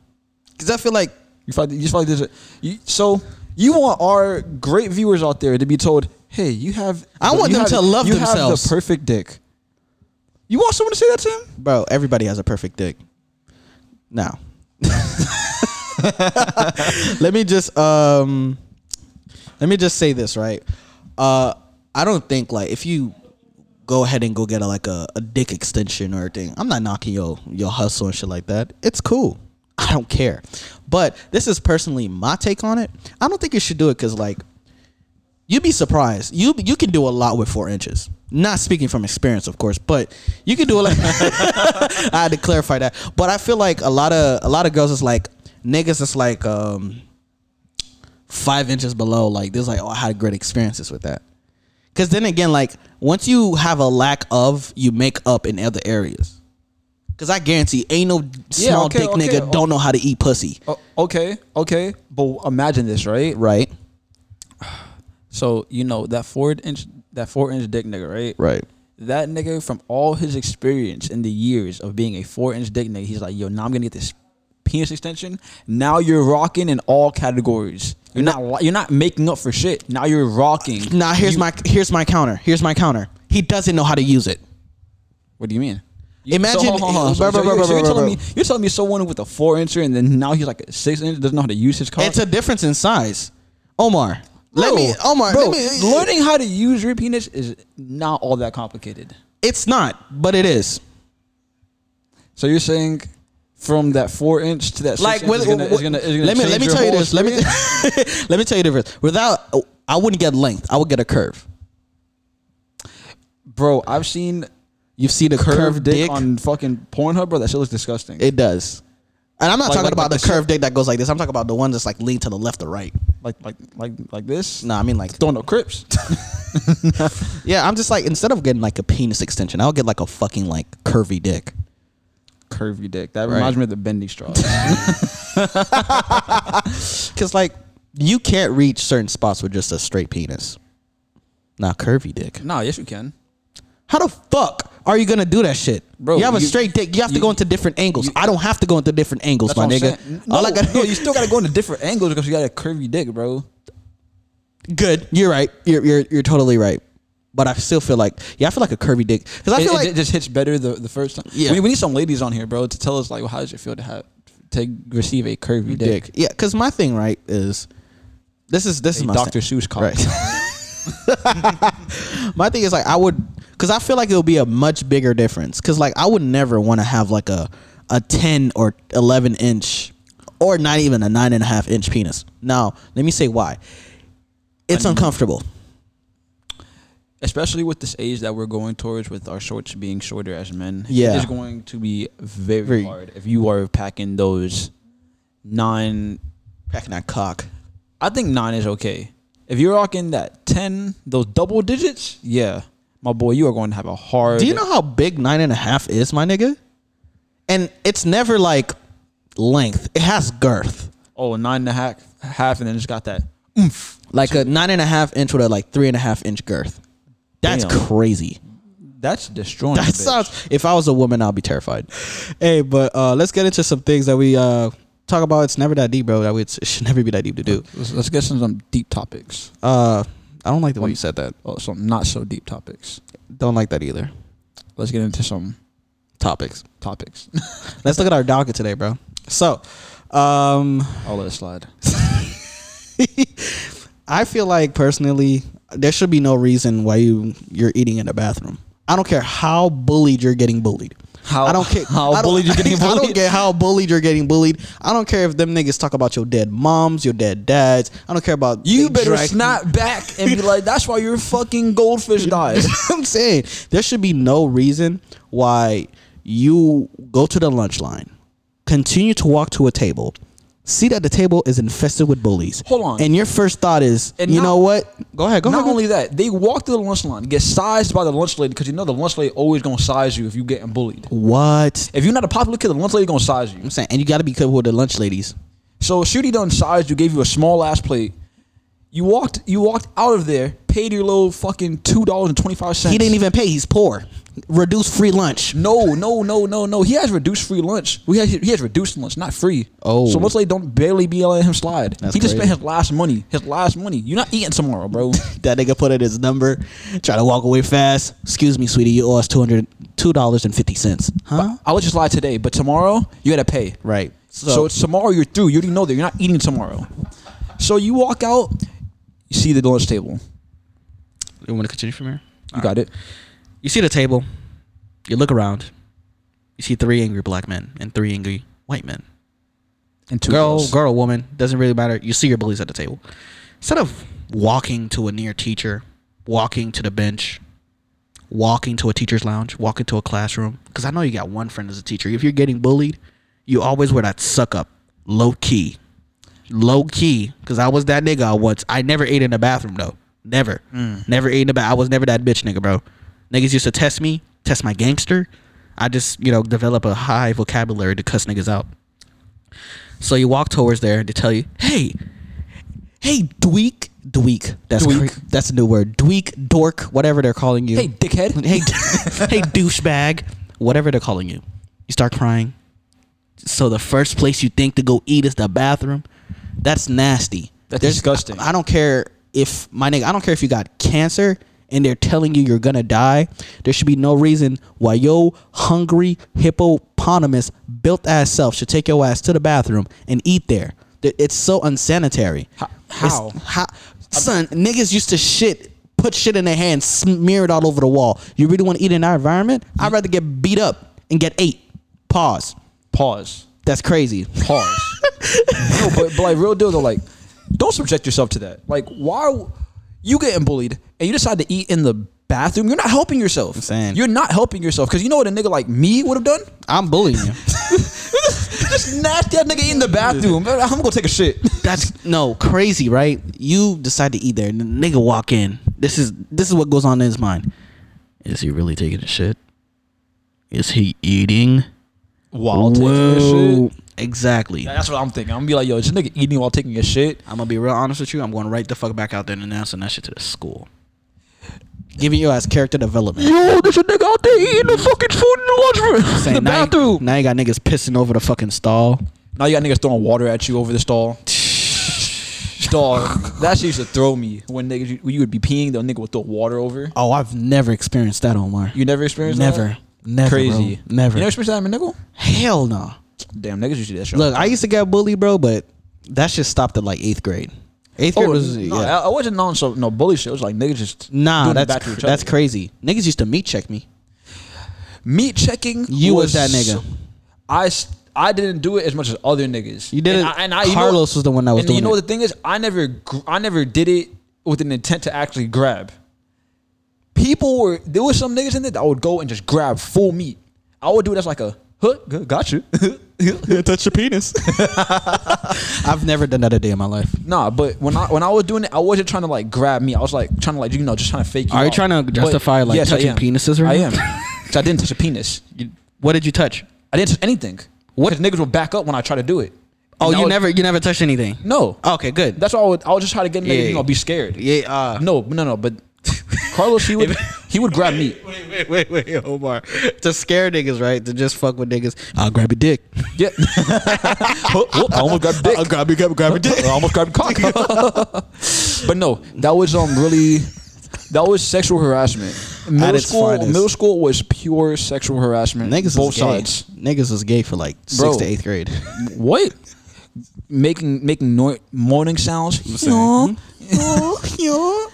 A: because I feel like
B: You feel like, you just feel like there's a, you, so you want our great viewers out there to be told, hey, you have.
A: I want
B: you
A: them
B: have-
A: to love
B: you Have
A: themselves.
B: the perfect dick. You want someone to say that to him?
A: bro, everybody has a perfect dick. Now, [LAUGHS] let me just um, let me just say this right. Uh, I don't think like if you go ahead and go get a, like a, a dick extension or a thing, I'm not knocking your your hustle and shit like that. It's cool. I don't care. But this is personally my take on it. I don't think you should do it because like you'd be surprised. You you can do a lot with four inches. Not speaking from experience, of course, but you can do a lot. [LAUGHS] I had to clarify that. But I feel like a lot of a lot of girls is like niggas is like um five inches below. Like there's like oh I had great experiences with that. Cause then again, like once you have a lack of, you make up in other areas. Cause I guarantee, ain't no
B: Yeah,
A: small
B: okay,
A: dick
B: okay,
A: nigga
B: o-
A: don't know how to eat pussy,
B: Oh, okay, okay. But imagine this, right?
A: right?
B: So you know that four inch, that four inch dick nigga, right?
A: Right.
B: That nigga, from all his experience in the years of being a four inch dick nigga, he's like, yo, now I'm gonna get this penis extension. Now you're rocking in all categories. You're not, li- you're not making up for shit. Now you're rocking.
A: Now here's
B: You-
A: my here's my counter. Here's my counter. He doesn't know how to use it.
B: What do you mean?
A: Imagine-
B: so, hold on, hold
A: bro,
B: on.
A: bro,
B: So- so
A: bro,
B: you're- so
A: bro,
B: you're
A: bro,
B: telling
A: bro.
B: me you're telling me someone with a four incher and then now he's like a six inch doesn't know how to use his car.
A: It's a difference in size. Omar, let
B: Bro,
A: me. Omar,
B: bro,
A: let me.
B: learning how to use your penis is not all that complicated.
A: It's not, but it is.
B: So you're saying from that four inch to that six
A: Like,
B: inch
A: with-
B: is gonna, is
A: with-
B: gonna, is gonna
A: let me let
B: change
A: me
B: your
A: tell you
B: whole
A: this. Let me [LAUGHS]
B: experience?
A: let me tell you the difference. Without, I wouldn't get length. I would get a curve.
B: bro. I've seen
A: You've seen a curved,
B: curved, dick,
A: dick.
B: on fucking Pornhub, bro. That shit looks disgusting.
A: it does. And I'm not
B: Like-
A: talking
B: like-
A: about
B: like
A: the
B: the
A: curved dick that goes like this. I'm talking about the ones that's like lean to the left or right.
B: like like like like this.
A: No, I mean like
B: Throwing no crips. [LAUGHS]
A: yeah. I'm just like instead of getting like a penis extension, I'll get like a fucking like curvy dick.
B: Curvy dick. That
A: Right.
B: reminds me of the bendy straw.
A: [LAUGHS] Because like you can't reach certain spots with just a straight penis. Not curvy dick.
B: nah, yes you can.
A: How the fuck are you gonna do that shit?
B: Bro,
A: you have a
B: you-
A: straight dick. You have to
B: you-
A: go into different angles.
B: you-
A: I don't have to go into different angles,
B: That's
A: my
B: what I'm
A: nigga.
B: saying.
A: All
B: No,
A: I got
B: [LAUGHS] no, you still gotta go into different angles because you got a curvy dick, bro.
A: [LAUGHS] good. You're right. You're you're you're totally right. But I still feel like yeah, I feel like a curvy dick because I
B: It,
A: feel
B: it-
A: like
B: it just hits better the, the first time.
A: Yeah.
B: We, we need some ladies on here, bro, to tell us like, well, how does it feel to have to receive a curvy dick?
A: dick. Yeah, because my thing right is this is this
B: A
A: is my
B: Dr.
A: stand-
B: Seuss cock.
A: Right. my thing is like I would because I feel like it'll be a much bigger difference because like I would never want to have like a a ten or eleven inch or not even a nine and a half inch penis. Now let me say why. It's uncomfortable.
B: [LAUGHS] Especially with this age that we're going towards, with our shorts being shorter as men,
A: Yeah.
B: it is going to be very,
A: Very-
B: hard if you are packing those nine.
A: Packing that cock.
B: I think nine is okay. If you're rocking that ten, those double digits, yeah, my boy, you are going to have a hard.
A: Do you know how big nine and a half is, my nigga? And it's never like length. It has girth.
B: Oh, nine and a half, half, and then it's got that.
A: Like a nine and a half inch with a like three and a half inch girth. That's
B: Damn.
A: crazy.
B: That's destroying. a
A: That
B: bitch.
A: sounds. If I was a woman, I'd be terrified. Hey, but uh, let's get into some things that we uh, talk about. It's never that deep, bro. That we, it should never be that deep to do.
B: Let's, let's get some, some deep topics.
A: Uh, I don't like the way you said that.
B: Oh, some not so deep topics.
A: Don't like that either.
B: Let's get into some
A: Topics.
B: topics. [LAUGHS]
A: Let's look at our docket today, bro. So, um, [LAUGHS]
B: I'll let it slide.
A: I feel like personally, there should be no reason why you you're eating in the bathroom. I don't care how bullied you're getting bullied.
B: How
D: I don't
B: [LAUGHS]
D: care.
B: How
D: I don't, [LAUGHS]
B: bullied you getting
D: I
B: bullied?
D: don't care how bullied you're getting bullied. I don't care if them niggas talk about your dead moms, your dead dads. I don't care about
B: You
D: they
B: better
D: drag-
B: snap back and be like, "That's why your fucking goldfish died."
D: [LAUGHS] I'm saying there should be no reason why you go to the lunch line, continue to walk to a table, see that the table is infested with bullies.
B: Hold on.
D: and your first thought is,
B: And
D: you
B: not-
D: know what? Go ahead. Go
B: Not
D: ahead.
B: only that, they walk to the lunch line, get sized by the lunch lady because you know the lunch lady always gonna size you if you getting bullied.
D: what
B: If you're not a popular kid, the lunch lady gonna size you.
D: I'm saying, and you got to be careful with the lunch ladies.
B: So Shooty done sized you, gave you a small ass plate. You walked you walked out of there, paid your little fucking two dollars and twenty five cents.
D: He didn't even pay. He's poor. Reduce free lunch.
B: No, no, no, no, no. He has reduced free lunch. We has, he has reduced lunch, not free.
D: Oh.
B: so lunch lady don't barely be letting him slide.
D: That's
B: he just
D: crazy.
B: spent his last money. His last money. You're not eating tomorrow,
D: [LAUGHS]
B: bro.
D: That nigga put in his number, try to walk away fast. Excuse me, sweetie, you owe us two hundred two dollars and fifty cents. Huh?
B: I'll let you slide today, but tomorrow you gotta pay.
D: Right.
B: So, it's tomorrow you're through. You already know that you're not eating tomorrow. So you walk out, you see the lunch table.
D: you want to continue from here?
B: You got it.
D: You see the table. You look around. You see three angry black men and three angry white men.
B: And two
D: Girl,
B: girls.
D: girl, woman, doesn't really matter. You see your bullies at the table. Instead of walking to a near teacher, walking to the bench, walking to a teacher's lounge, walking to a classroom, because I know you got one friend as a teacher. If you're getting bullied, you always wear that suck up, low key. Low key, because I was that nigga once. I never ate in the bathroom, though. Never.
B: Mm.
D: Never ate in the bathroom. I was never that bitch nigga, bro. Niggas used to test me, test my gangster. I just, you know, develop a high vocabulary to cuss niggas out. So you walk towards there to tell you, hey, hey, dweek, dweek. That's
B: Dweek.
D: cra- that's a new word. Dweek, dork, whatever they're calling you.
B: Hey, dickhead.
D: hey, [LAUGHS] hey, douchebag, whatever they're calling you. You start crying. So the first place you think to go eat is the bathroom. That's nasty.
B: That's disgusting.
D: I, I don't care if my nigga. I don't care if you got cancer and they're telling you you're gonna die. There should be no reason why yo hungry hippopotamus built ass self should take your ass to the bathroom and eat there. Th- It's so unsanitary.
B: Ho-
D: It's-
B: how?
D: how? Son, niggas used to shit, put shit in their hands, smear it all over the wall. You really want to eat in our environment? I'd rather get beat up and get ate. Pause.
B: Pause.
D: That's crazy.
B: Pause. no, but, but like real deal though, like don't subject yourself to that. Like why w- you getting bullied and you decide to eat in the bathroom? You're not helping yourself. I'm
D: saying.
B: you're not helping yourself because you know what a nigga like me would have done.
D: I'm
B: [LAUGHS]
D: bullying you.
B: Just nasty that nigga in the [LAUGHS] bathroom. I'm gonna go take a shit.
D: That's no crazy, right? You decide to eat there, and the nigga walk in. This is this is what goes on in his mind. Is he really taking a shit? Is he eating?
B: While
D: Whoa. Exactly.
B: That's what I'm thinking. I'm gonna be like, yo, is this nigga eating while taking a shit.
D: I'm gonna be real honest with you. I'm going right the fuck back out there and announcing that shit to the school. Giving you as character development.
B: Yo, there's a nigga out there eating the fucking food in the lunchroom,
D: Saying now you- Now you got niggas pissing over the fucking stall.
B: Now you got niggas throwing water at you over the [LAUGHS] stall. stall. That shit used to throw me when niggas when you would be peeing, the nigga would throw water over.
D: Oh, I've never experienced that, Omar.
B: You never experienced
D: Never.
B: that?
D: Never,
B: Crazy.
D: bro. Never.
B: You never experienced that in a nigga?
D: Hell no.
B: Damn, niggas used to do that shit.
D: Look, I used to get bullied, bro, but that shit stopped at like eighth grade. Eighth grade
B: oh,
D: was
B: no,
D: yeah.
B: I, I wasn't on some no bully shit. It was like niggas just
D: Nah,
B: doing it
D: that's
B: back to
D: cr-
B: each
D: that's
B: other.
D: crazy. Niggas used to meat check me.
B: Meat checking.
D: You was that nigga.
B: I s- I didn't do it as much as other niggas.
D: You did
B: And
D: it-
B: I, and I, you know-
D: Carlos was the one that was
B: and
D: doing
B: You know
D: it.
B: the thing is, I never gr- I never did it with an intent to actually grab. People were there was some niggas in there that would go and just grab full meat. I would do it as like a huh, g- got you.
D: [LAUGHS]
B: [LAUGHS]
D: Touch
A: [LAUGHS]
D: your penis. I've never done that a day in my life. [LAUGHS]
B: nah, but when I when I was doing it, I wasn't trying to like grab meat. I was like trying to like you know just trying to fake. You
D: Are you
B: out.
D: trying to justify, like,
B: yes, I
D: touching
B: am.
D: penises right
B: I
D: [LAUGHS] now?
B: am. 'Cause I didn't touch a penis.
D: What did you touch?
B: I didn't touch anything. What niggas would back up when I try to do it.
D: Oh,
B: And I
D: you
B: would-
D: never you never touched anything.
B: No.
D: Okay, good.
B: That's why I would, I would just try to get niggas,
D: Yeah.
B: you know, be scared.
D: Yeah, uh,
B: No, no, no.
D: [LAUGHS]
B: But Carlos, he would he would grab meat.
D: Wait, wait, wait, wait, Omar. To scare niggas, right? To just fuck with niggas. I'll grab your dick. [LAUGHS]
B: Yeah. [LAUGHS] Oh, oh, I almost grabbed dick.
D: grab your grab, grab
A: [LAUGHS]
D: your
B: I almost grabbed cock. but no, that was um really that was sexual harassment.
D: At
B: Middle
D: its
B: school,
D: finest.
B: middle school was pure sexual harassment.
D: Niggas
B: both
D: was gay.
B: sides.
D: Niggas was gay for like
B: Bro.
D: sixth to eighth grade.
B: What? Making making no- moaning sounds. Hmm?
D: Aw, aw,
A: [LAUGHS]
D: aw.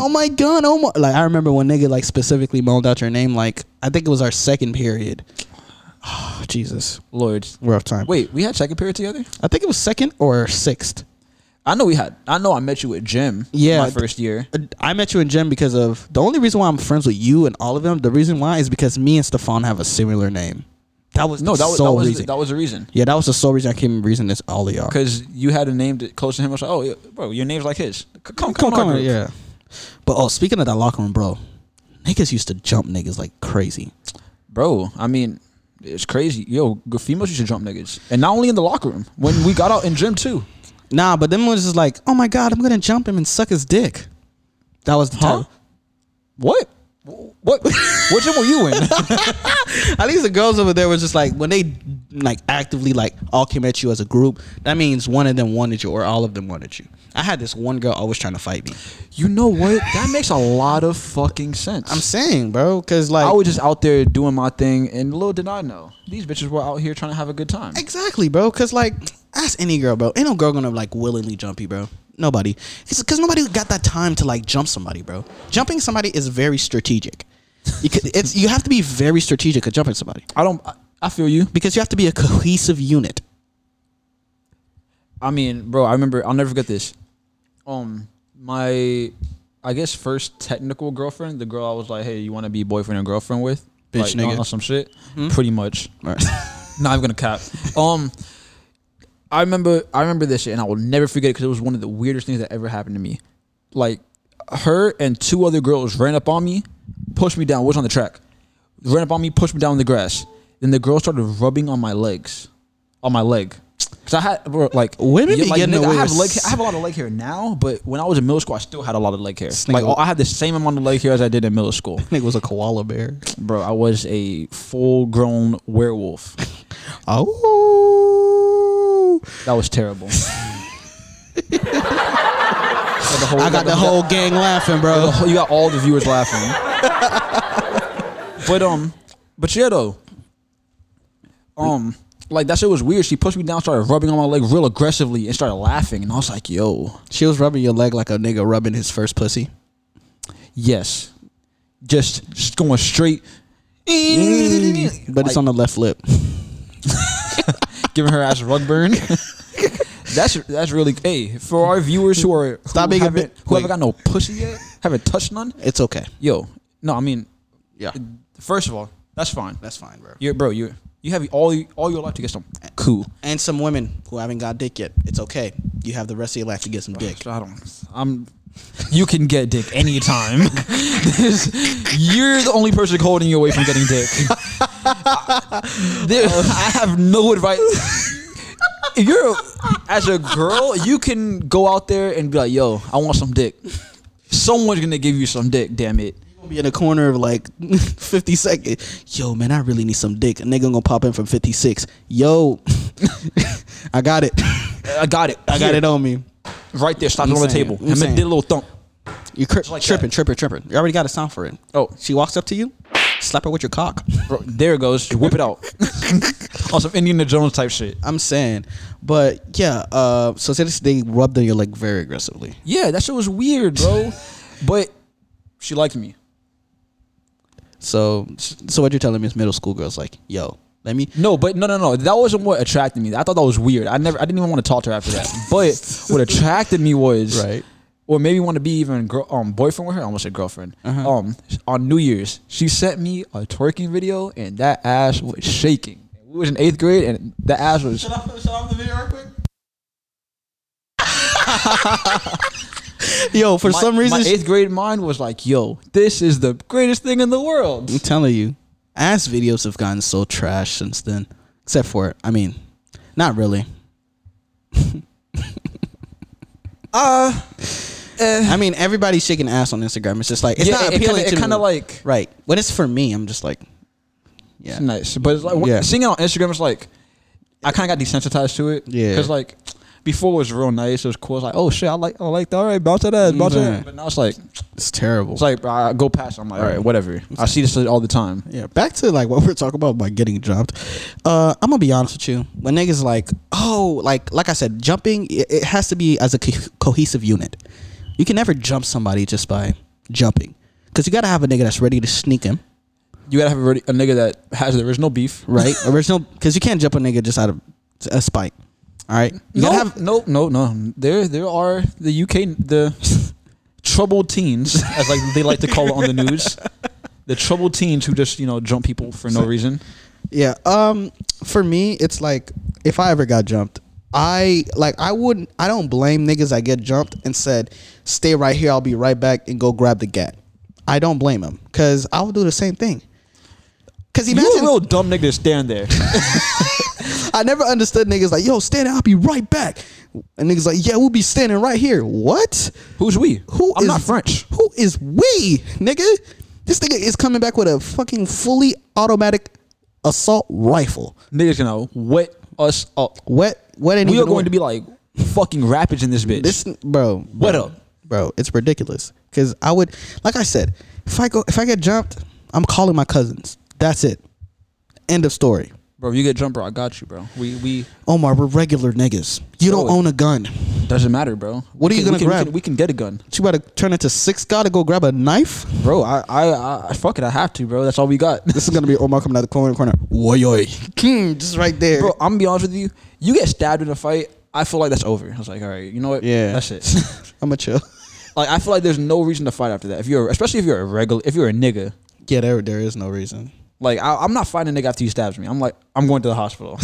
D: Oh my god! Oh my! Like I remember one nigga like specifically moaned out your name. Like I think it was our second period,
A: Oh, [SIGHS] Jesus,
B: Lloyd's.
A: rough time.
B: Wait, we had second period together.
A: I think it was second or sixth.
B: I know we had. I know I met you with Jim.
A: Yeah,
B: my
A: th-
B: first year.
A: Uh, I met you in gym because of the only reason why I'm friends with you and all of them. The reason why is because me and Stefan have a similar name. That was
B: No,
A: the
B: that was that
A: sole
B: was
A: reason.
B: that was the reason.
A: yeah, [LAUGHS] that was the sole reason I came. Reason is all of y'all.
B: Because you had a name that close to him. I was like, oh, yeah, bro, your name's like his. C- Come, come,
A: Come,
B: come,
A: come,
B: on,
A: yeah. But oh, speaking of that locker room, bro, niggas used to jump niggas like crazy.
B: bro. I mean, it's crazy. Yo, good females used to jump niggas, and not only in the locker room. When we got out in gym too.
A: Nah, but them was just like, oh my god, I'm gonna jump him and suck his dick. That was the
B: Huh?
A: time.
B: What? What? [LAUGHS] what gym were you in?
A: At least the girls over there was just like when they like actively like all came at you as a group. That means one of them wanted you or all of them wanted you. I had this one girl always trying to fight me.
B: you know what? That makes a lot of fucking sense.
A: I'm saying, bro, because like
B: I was just out there doing my thing, and little did I know these bitches were out here trying to have a good time.
A: exactly, bro, because like ask any girl, bro. Ain't no girl gonna like willingly jump you, bro. Nobody, because nobody got that time to like jump somebody, bro. Jumping somebody is very strategic. You could- it's you have to be very strategic at jumping somebody
B: I don't. I, I feel you.
A: because you have to be a cohesive unit.
B: I mean, bro, I remember. I'll never forget this. Um, my, I guess first technical girlfriend, the girl I was like, hey, you want to be boyfriend and girlfriend with?
A: Bitch,
B: like,
A: nigga. Hmm?
B: on some shit. Pretty much. [LAUGHS]
A: Right.
B: Not even gonna cap. Um, I remember. I remember this shit, and I will never forget it because it was one of the weirdest things that ever happened to me. Like, her and two other girls ran up on me, pushed me down. Was on the track. Ran up on me, pushed me down in the grass. Then the girl started rubbing on my legs, on my leg. Cause I had bro, like
A: Women
B: yeah,
A: be
B: like,
A: getting
B: nigga,
A: away
B: I have
A: with
B: leg. I have a lot of leg hair now, but when I was in middle school, I still had a lot of leg hair.
A: This nigga
B: Like
A: was-
B: I had the same amount of leg hair as I did in
A: [LAUGHS]
B: middle school,
A: Nigga was a koala bear.
B: bro. I was a full-grown werewolf.
A: Oh.
B: That was terrible.
A: [LAUGHS]
B: Got the whole-
A: I got the whole gang laughing,
B: the
A: bro.
B: whole- You got all the viewers laughing. but um, but yeah though, um, like that shit was weird. She pushed me down, started rubbing on my leg real aggressively, and started laughing. And I was like, "Yo,
A: She was rubbing your leg like a nigga rubbing his first pussy.
B: yes, just, just going straight."
A: But it's on the left lip.
B: giving her ass a rug burn. [LAUGHS] that's that's really hey for our viewers who are who
A: Stop being a
B: haven't,
A: bit-
B: who haven't
A: wait.
B: got no pussy yet, haven't touched none.
A: It's okay.
B: Yo, no, I mean,
A: Yeah.
B: first of all, that's fine.
A: That's fine, bro.
B: You're bro, you you have all all your life to get some cool.
A: And some women who haven't got dick yet. It's okay. You have the rest of your life to get some dick.
B: So I don't. I'm. You can get dick anytime. [LAUGHS] This- you're the only person holding you away from getting dick. There- I have no advice. If you're as a girl, you can go out there and be like, "Yo, I want some dick." Someone's gonna give you some dick. Damn it.
A: You'll be in a corner of like [LAUGHS] 50 seconds. Yo, man, I really need some dick. A nigga gonna pop in from 56. Yo, [LAUGHS] I got it.
B: I got it.
A: I got it on me.
B: right there. Stopped
A: I'm
B: on the
A: saying,
B: table.
A: I'm
B: And then
A: saying.
B: did a little thump.
A: You're cri-
B: like
A: tripping,
B: that.
A: tripping, tripping. You already got a sound for it.
B: Oh.
A: She walks up to you, slap her with your cock.
B: Bro, there it goes. Whip
A: [LAUGHS]
B: it out [LAUGHS] on some Indiana Jones type shit.
A: I'm saying. But yeah, uh, so since they rubbed on your leg very aggressively.
B: Yeah, that shit was weird, bro. but she liked me.
A: So so what you're telling me is middle school girls like, yo, let me
B: No, but no, no, no. That wasn't what attracted me. I thought that was weird. I never, I didn't even want to talk to her after that.
A: [LAUGHS]
B: But what attracted me was
A: Right.
B: or maybe want to be even girl, um boyfriend with her. I almost said girlfriend.
A: Uh-huh.
B: Um, on New Year's, she sent me a twerking video, and that ass was shaking. We was in eighth grade, and the ass was.
D: Shut off, shut off the video real quick.
A: Yo, for
B: my-
A: some reason
B: my eighth grade mind was like, "Yo, this is the greatest thing in
A: [LAUGHS]
B: the world."
A: I'm telling you, ass videos have gotten so trash since then. Except for I mean, not really.
B: Uh,
A: I mean everybody's shaking ass on Instagram. It's just like it's
B: Yeah,
A: not
B: it- it
A: appealing
B: kinda-
A: to
B: it kinda
A: me.
B: like-
A: Right. When it's for me, I'm just like Yeah.
B: It's nice, but it's like when-
A: Yeah.
B: seeing it on Instagram is like I kind of got desensitized to it.
A: Yeah.
B: because like before it was real nice, it was cool. It's like oh shit, I like I like that. All right, bounce that
A: Mm-hmm.
B: ass, bounce that.
A: Yeah.
B: But now it's like
A: It's terrible.
B: it's like bro, I go past. it. I'm like all right, whatever. I see this shit all the time.
A: Yeah, back to like what we're talking about about getting jumped. Uh, I'm gonna be honest with you. When niggas like, oh, like like I said, jumping it, it has to be as a co- cohesive unit. You can never jump somebody just by jumping, because you gotta have a nigga that's ready to sneak him.
B: you gotta have a, re- a nigga that has the original beef.
A: right? Original, because you can't jump a nigga just out of a spite. All right, you
B: no,
A: gotta have
B: no, no, no. There, there are the UK the troubled teens, as like they like to call it
A: [LAUGHS]
B: on the news, the troubled teens who just you know jump people for no reason.
A: Yeah. Um for me it's like if I ever got jumped, I like I wouldn't I don't blame niggas that get jumped and said, "Stay right here, I'll be right back and go grab the gat." I don't blame them cuz I would do the same thing. Cuz
B: You a
A: imagine
B: real dumb nigga to stand there.
A: I never understood niggas like, "Yo, stand there, I'll be right back." And niggas like, "Yeah, we'll be standing right here." What?
B: Who's we?
A: Who
B: I'm
A: is-
B: not French.
A: Who is we, nigga? This nigga is coming back with a fucking fully automatic assault rifle.
B: Niggas gonna wet us up.
A: What? What?
B: We are going to be like fucking rapids in this bitch.
A: This bro,
B: What
A: bro,
B: up?
A: bro? It's ridiculous. Cause I would, like I said, if I go, if I get jumped, I'm calling my cousins. That's it. End of story.
B: bro, you get jumped, bro. I got you, bro. We we
A: Omar, we're regular niggas. You don't
B: Bro.
A: own a gun.
B: doesn't matter, bro.
A: What are
B: We
A: you
B: can-
A: gonna
B: we can- we
A: grab?
B: can- we can get a gun.
A: You about to turn into six god to go grab a knife?
B: Bro, I, I, I, fuck it. I have to, bro. That's all we got.
A: This is gonna be Omar coming out the corner, corner. Woy oy. Hmm, just right there.
B: [LAUGHS] bro, I'm gonna be honest with you. You get stabbed in a fight, I feel like that's over. I was like, all right, you know what?
A: Yeah.
B: that's it. [LAUGHS]
A: I'ma chill. [LAUGHS]
B: like, I feel like there's no reason to fight after that. If you're, especially if you're a regular, if you're a nigga,
A: Yeah, there, there is no reason. [LAUGHS]
B: like I, I'm not fighting a nigga after he stabs me. I'm like, I'm going to the hospital. [LAUGHS]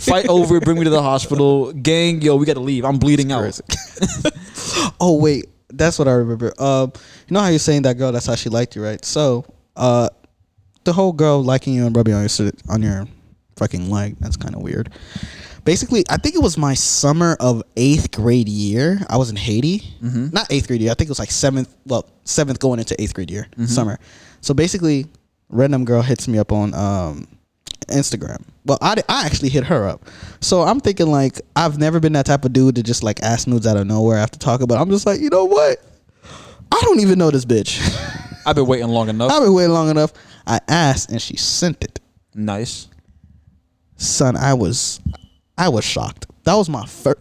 B: fight over, bring me to the hospital. Gang, yo, we gotta leave. I'm bleeding out.
A: Oh wait, that's what I remember. Uh, you know how you're saying that girl? That's how she liked you, right? So, uh, the whole girl liking you and rubbing on your sit- on your fucking leg. That's kind of weird. Basically, I think it was my summer of eighth grade year. I was in Haiti, not eighth grade year. I think it was like seventh. Well, seventh going into eighth grade year summer. So basically, random girl hits me up on um, Instagram. Well, I, di- I actually hit her up. So I'm thinking like I've never been that type of dude to just like ask nudes out of nowhere after talking. But I'm just like, you know what? I don't even know this bitch. [LAUGHS]
B: I've been waiting long enough.
A: I've been waiting long enough. I asked and she sent it.
B: nice.
A: Son, I was I was shocked. That was my first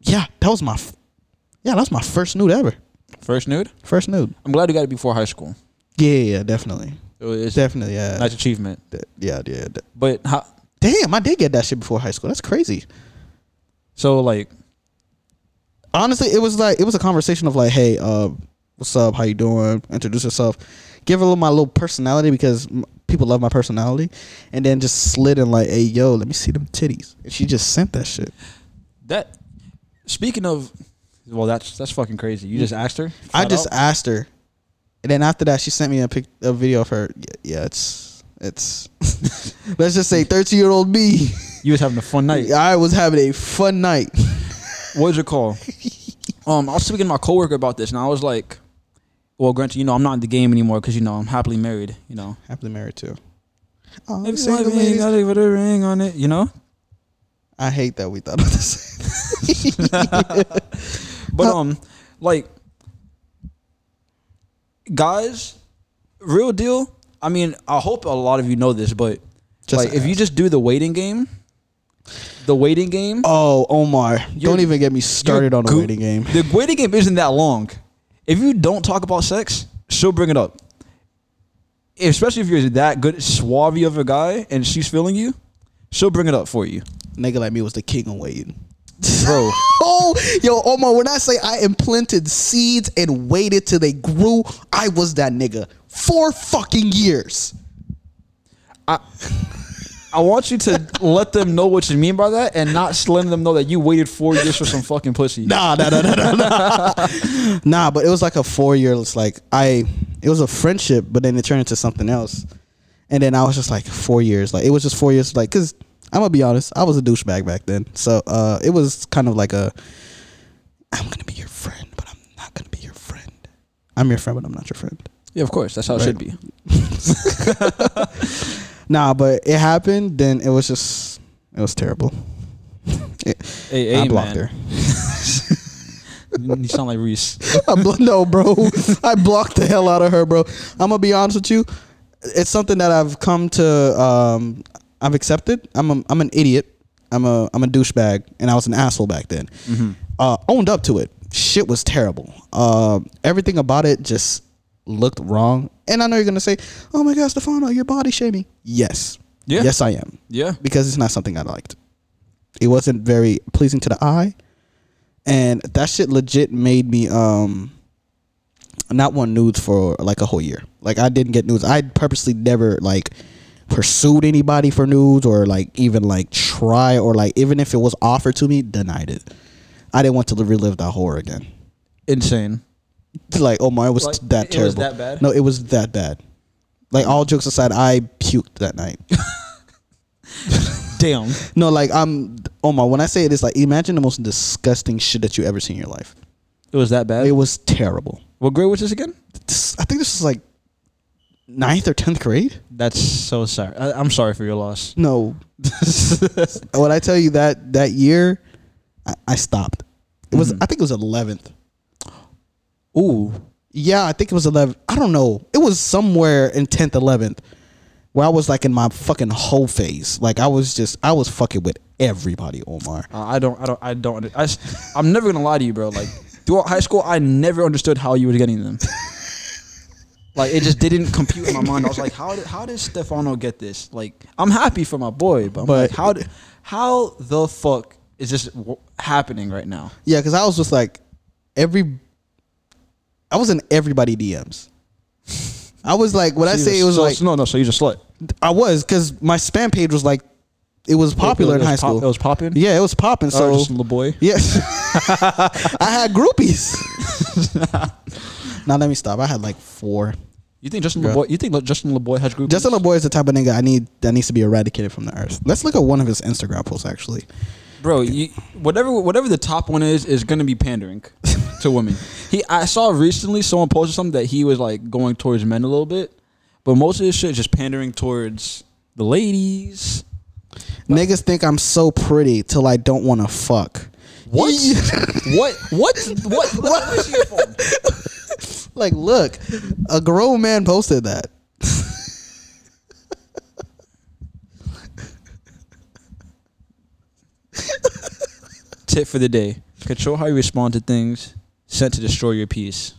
A: Yeah, that was my f- Yeah, that was my first nude ever.
B: First nude.
A: First nude.
B: I'm glad you got it before high school.
A: Yeah, yeah, yeah, definitely.
B: It was
A: Definitely, yeah.
B: a nice achievement.
A: De- Yeah, yeah. de-
B: But how,
A: Damn, I did get that shit before high school. That's crazy.
B: so like,
A: honestly, it was like it was a conversation of like, hey, uh, what's up? How you doing? Introduce yourself. Give a little my little personality because m- people love my personality, and then just slid in like, hey, yo, let me see them titties. And she just sent that shit.
B: That speaking of, well, that's that's fucking crazy. You just asked her.
A: I
B: flat
A: just
B: out?
A: asked her, and then after that, she sent me a pic, a video of her. Yeah, yeah it's it's. [LAUGHS] let's just say, thirteen year old me,
B: you was having a fun
A: [LAUGHS]
B: night.
A: I was having a fun night.
B: What was your [LAUGHS] call? um, I was speaking to my coworker about this, and I was like, "Well, granted, you know, I'm not in the game anymore because you know I'm happily married. You know,
A: Happily married too. Oh,
B: If you
A: single
B: want me,
A: ladies.
B: gotta put a ring on it. You know,
A: I hate that we thought of
B: [LAUGHS]
A: this.
B: but um, like, guys, real deal. I mean, I hope a lot of you know this, but
A: Just
B: like, if you
A: ask.
B: just do the waiting game, the waiting game.
A: Oh, Omar,
B: You're-
A: don't even get me started
B: You're
A: on the
B: goo-
A: waiting game.
B: The waiting game isn't that long. If you don't talk about sex, she'll bring it up. Especially if you're that good, suave of a guy, and she's feeling you, she'll bring it up for you,
A: Nigga like me was the king of waiting.
B: bro.
A: [LAUGHS] Oh, yo, Omar, when I say I implanted seeds and waited till they grew, I was that nigga. Four fucking years.
B: I want
A: [LAUGHS]
B: you to let them know what you mean by that, and not s- letting them know that you waited four years for some fucking pussy.
A: Nah, nah, nah, nah, nah, nah. [LAUGHS] nah, but it was like a four year. It's like I, it was a friendship, but then it turned into something else. And then I was just like four years. Like it was just four years. Like, cause I'm gonna be honest, I was a douchebag back then. So uh, it was kind of like a, I'm gonna be your friend, but I'm not gonna be your friend. I'm your friend, but I'm not your friend.
B: Yeah, of course, that's how it
A: Right.
B: should be.
A: Nah, but it happened. Then it was just, it was terrible. [LAUGHS] It-
B: Hey,
A: I
B: hey,
A: blocked
B: man.
A: her.
B: You sound like Reese.
A: I blo- no, bro. I blocked the hell out of her, bro. I'm gonna be honest with you. It's something that I've come to. Um, I've accepted. I'm a, I'm an idiot. I'm a I'm a douchebag, and I was an asshole back then. Uh, owned up to it. Shit was terrible. Uh, everything about it just looked wrong, and I know you're gonna say, "Oh my God, Stefano, you're body shaming." Yes.
B: Yeah.
A: Yes, I am.
B: Yeah.
A: Because it's not something I liked. It wasn't very pleasing to the eye, and that shit legit made me um not want nudes for like a whole year. Like I didn't get nudes. I purposely never like pursued anybody for nudes or like even like try or like even if it was offered to me, denied it. I didn't want to relive that horror again. [LAUGHS]
B: Insane.
A: Like oh my, it was
B: Like,
A: that
B: it
A: terrible.
B: was that bad?
A: No, it was that bad. Like all jokes aside, I puked that night.
B: Damn.
A: no, like I'm Omar. When I say it, it's like imagine the most disgusting shit that you ever seen in your life.
B: It was that bad.
A: It was terrible.
B: what grade was this again?
A: This- I think this was like ninth or tenth grade.
B: That's so sorry. I, I'm sorry for your loss.
A: No. [LAUGHS] when I tell you that that year, I, I stopped. It was I think it was eleventh.
B: Ooh.
A: Yeah, I think it was eleventh. I don't know. It was somewhere in tenth, eleventh, where I was like in my fucking whole phase. Like I was just I was fucking with everybody, Omar.
B: Uh, I don't. I don't. I don't. under- I, am never gonna lie to you, bro. Like throughout high school, I never understood how you were getting [LAUGHS] them. Like it just didn't compute in my mind. I was like, how did how did Stefano get this? Like I'm happy for my boy, but, I'm
A: But-
B: like, how did, how the fuck is this w- happening right now?
A: Yeah, because I was just like every. I was in everybody DMs. I was like, when I say it was
B: so,
A: like,
B: no, no. So you're a slut.
A: I was because my spam page was like, it was popular in
B: it was
A: high
B: pop-
A: school.
B: it was popping?
A: Yeah, it was popping.
B: So
A: So
B: just a little boy. [LAUGHS]
A: yes, I had groupies. now let me stop. I had like four.
B: You think Justin
A: Girl.
B: LeBoy? You think Justin LeBoy has group?
A: Justin LeBoy is the type of nigga I need that needs to be eradicated from the earth. Let's look at one of his Instagram posts actually.
B: bro. You, whatever, whatever the top one is, is gonna be [LAUGHS] pandering to women. He, I saw recently someone posted something that he was like going towards men a little bit, but most of this shit is just pandering towards the ladies.
A: Niggas think I'm so pretty till I don't want to fuck.
B: What?
A: [LAUGHS]
B: what? What? What? What? What is your phone?
A: Like, look, a grown man posted that.
B: Tip for the day: Control how you respond to things sent to destroy your peace.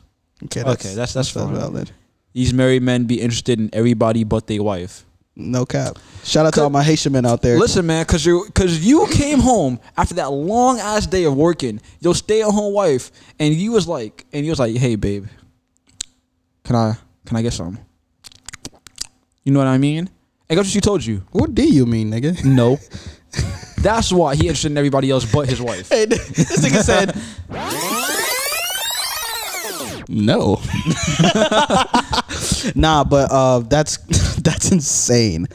A: Okay,
B: Okay, that's- that's fine.
A: valid.
B: These married men be interested in everybody but their wife.
A: No cap. Shout out to
B: Could-
A: all my Haitian men out there.
B: Listen, man, cause you cause you came home after that long ass day of working, your stay at home wife, and you was like, and you was like, hey, babe, can I can I get some? You know what I mean? And guess what she told you?
A: what do you mean, nigga?
B: No. That's why he interested in everybody else but his
A: [LAUGHS]
B: wife.
A: Hey, this nigga said no. [LAUGHS] nah, but uh, that's [LAUGHS] that's insane.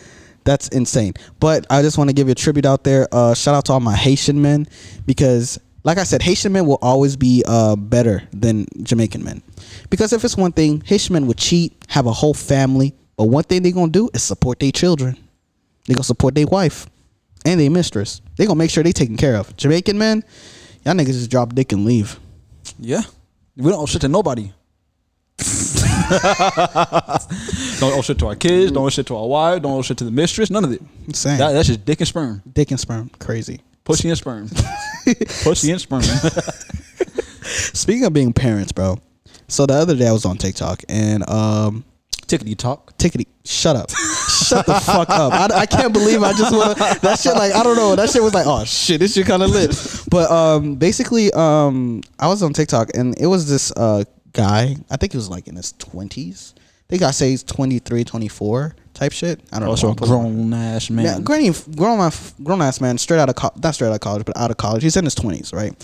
A: That's insane. But I just want to give you a tribute out there. Uh, shout out to all my Haitian men because, like I said, Haitian men will always be uh, better than Jamaican men. Because if it's one thing, Haitian men would cheat, have a whole family, but one thing they gonna do is support their children. They gonna support their wife and their mistress. They gonna make sure they taken care of. Jamaican men, y'all niggas just drop dick and leave.
B: [LAUGHS] Yeah, we don't owe shit to nobody. [LAUGHS] don't owe shit to our kids. Don't owe shit to our wife. Don't owe shit to the mistress. None of it.
A: Insane.
B: That, that's just dick and sperm.
A: Dick and sperm, crazy.
B: Pussy and [LAUGHS] sperm. Pussy and [LAUGHS] sperm.
A: Speaking of being parents, bro. So the other day I was on TikTok and um,
B: Tickety talk.
A: tickety, shut up, shut the fuck up. I, I can't believe I just want that shit. Like I don't know. That shit was like, oh shit, this shit kind of lit. But um, basically, um, I was on TikTok and it was this uh guy. I think he was like in his twenties. I think I say he's 23, 24 type shit. I don't
B: Also
A: know.
B: Oh, a grown ass man.
A: Yeah, granny, grown ass, grown ass man, straight out of co- not straight out of college, but out of college. He's in his twenties, right?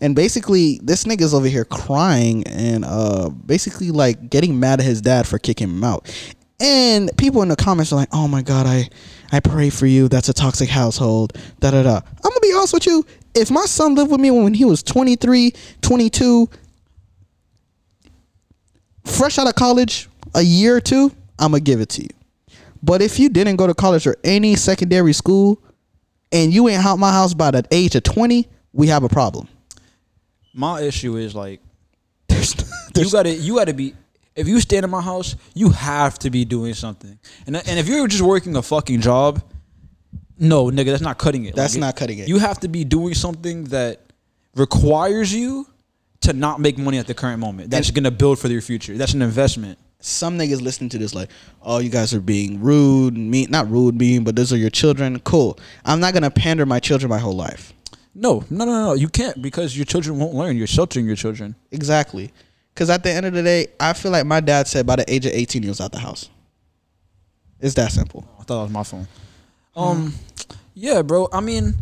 A: And basically, this nigga's over here crying and uh, basically like getting mad at his dad for kicking him out. And people in the comments are like, "Oh my god, I, I pray for you. That's a toxic household." Da da da. I'm gonna be honest with you. If my son lived with me when he was 23, 22, fresh out of college, a year or two, I'm gonna give it to you. But if you didn't go to college or any secondary school, and you ain't out my house by the age of twenty, we have a
D: [LAUGHS]
A: problem.
B: My issue is like
A: There's,
B: you
A: there's
B: gotta you gotta be if you stand in my house, you have to be doing something. And and if you're just working a fucking job, no, nigga, that's not cutting it.
A: That's not cutting it.
B: You have to be doing something that requires you to not make money at the current moment. That's gonna build for your future. That's an investment.
D: some niggas listening to this like, oh, you guys are being rude, mean, not rude, mean, but those are your children. Cool. I'm not gonna pander my children my whole life.
B: No, no, no, no. You can't because your children won't learn. You're sheltering your children.
D: Exactly. Because at the end of the day, I feel like my dad said by the age of 18, he was out the house. It's that simple.
B: I thought that was my phone. Um, yeah, bro. I mean,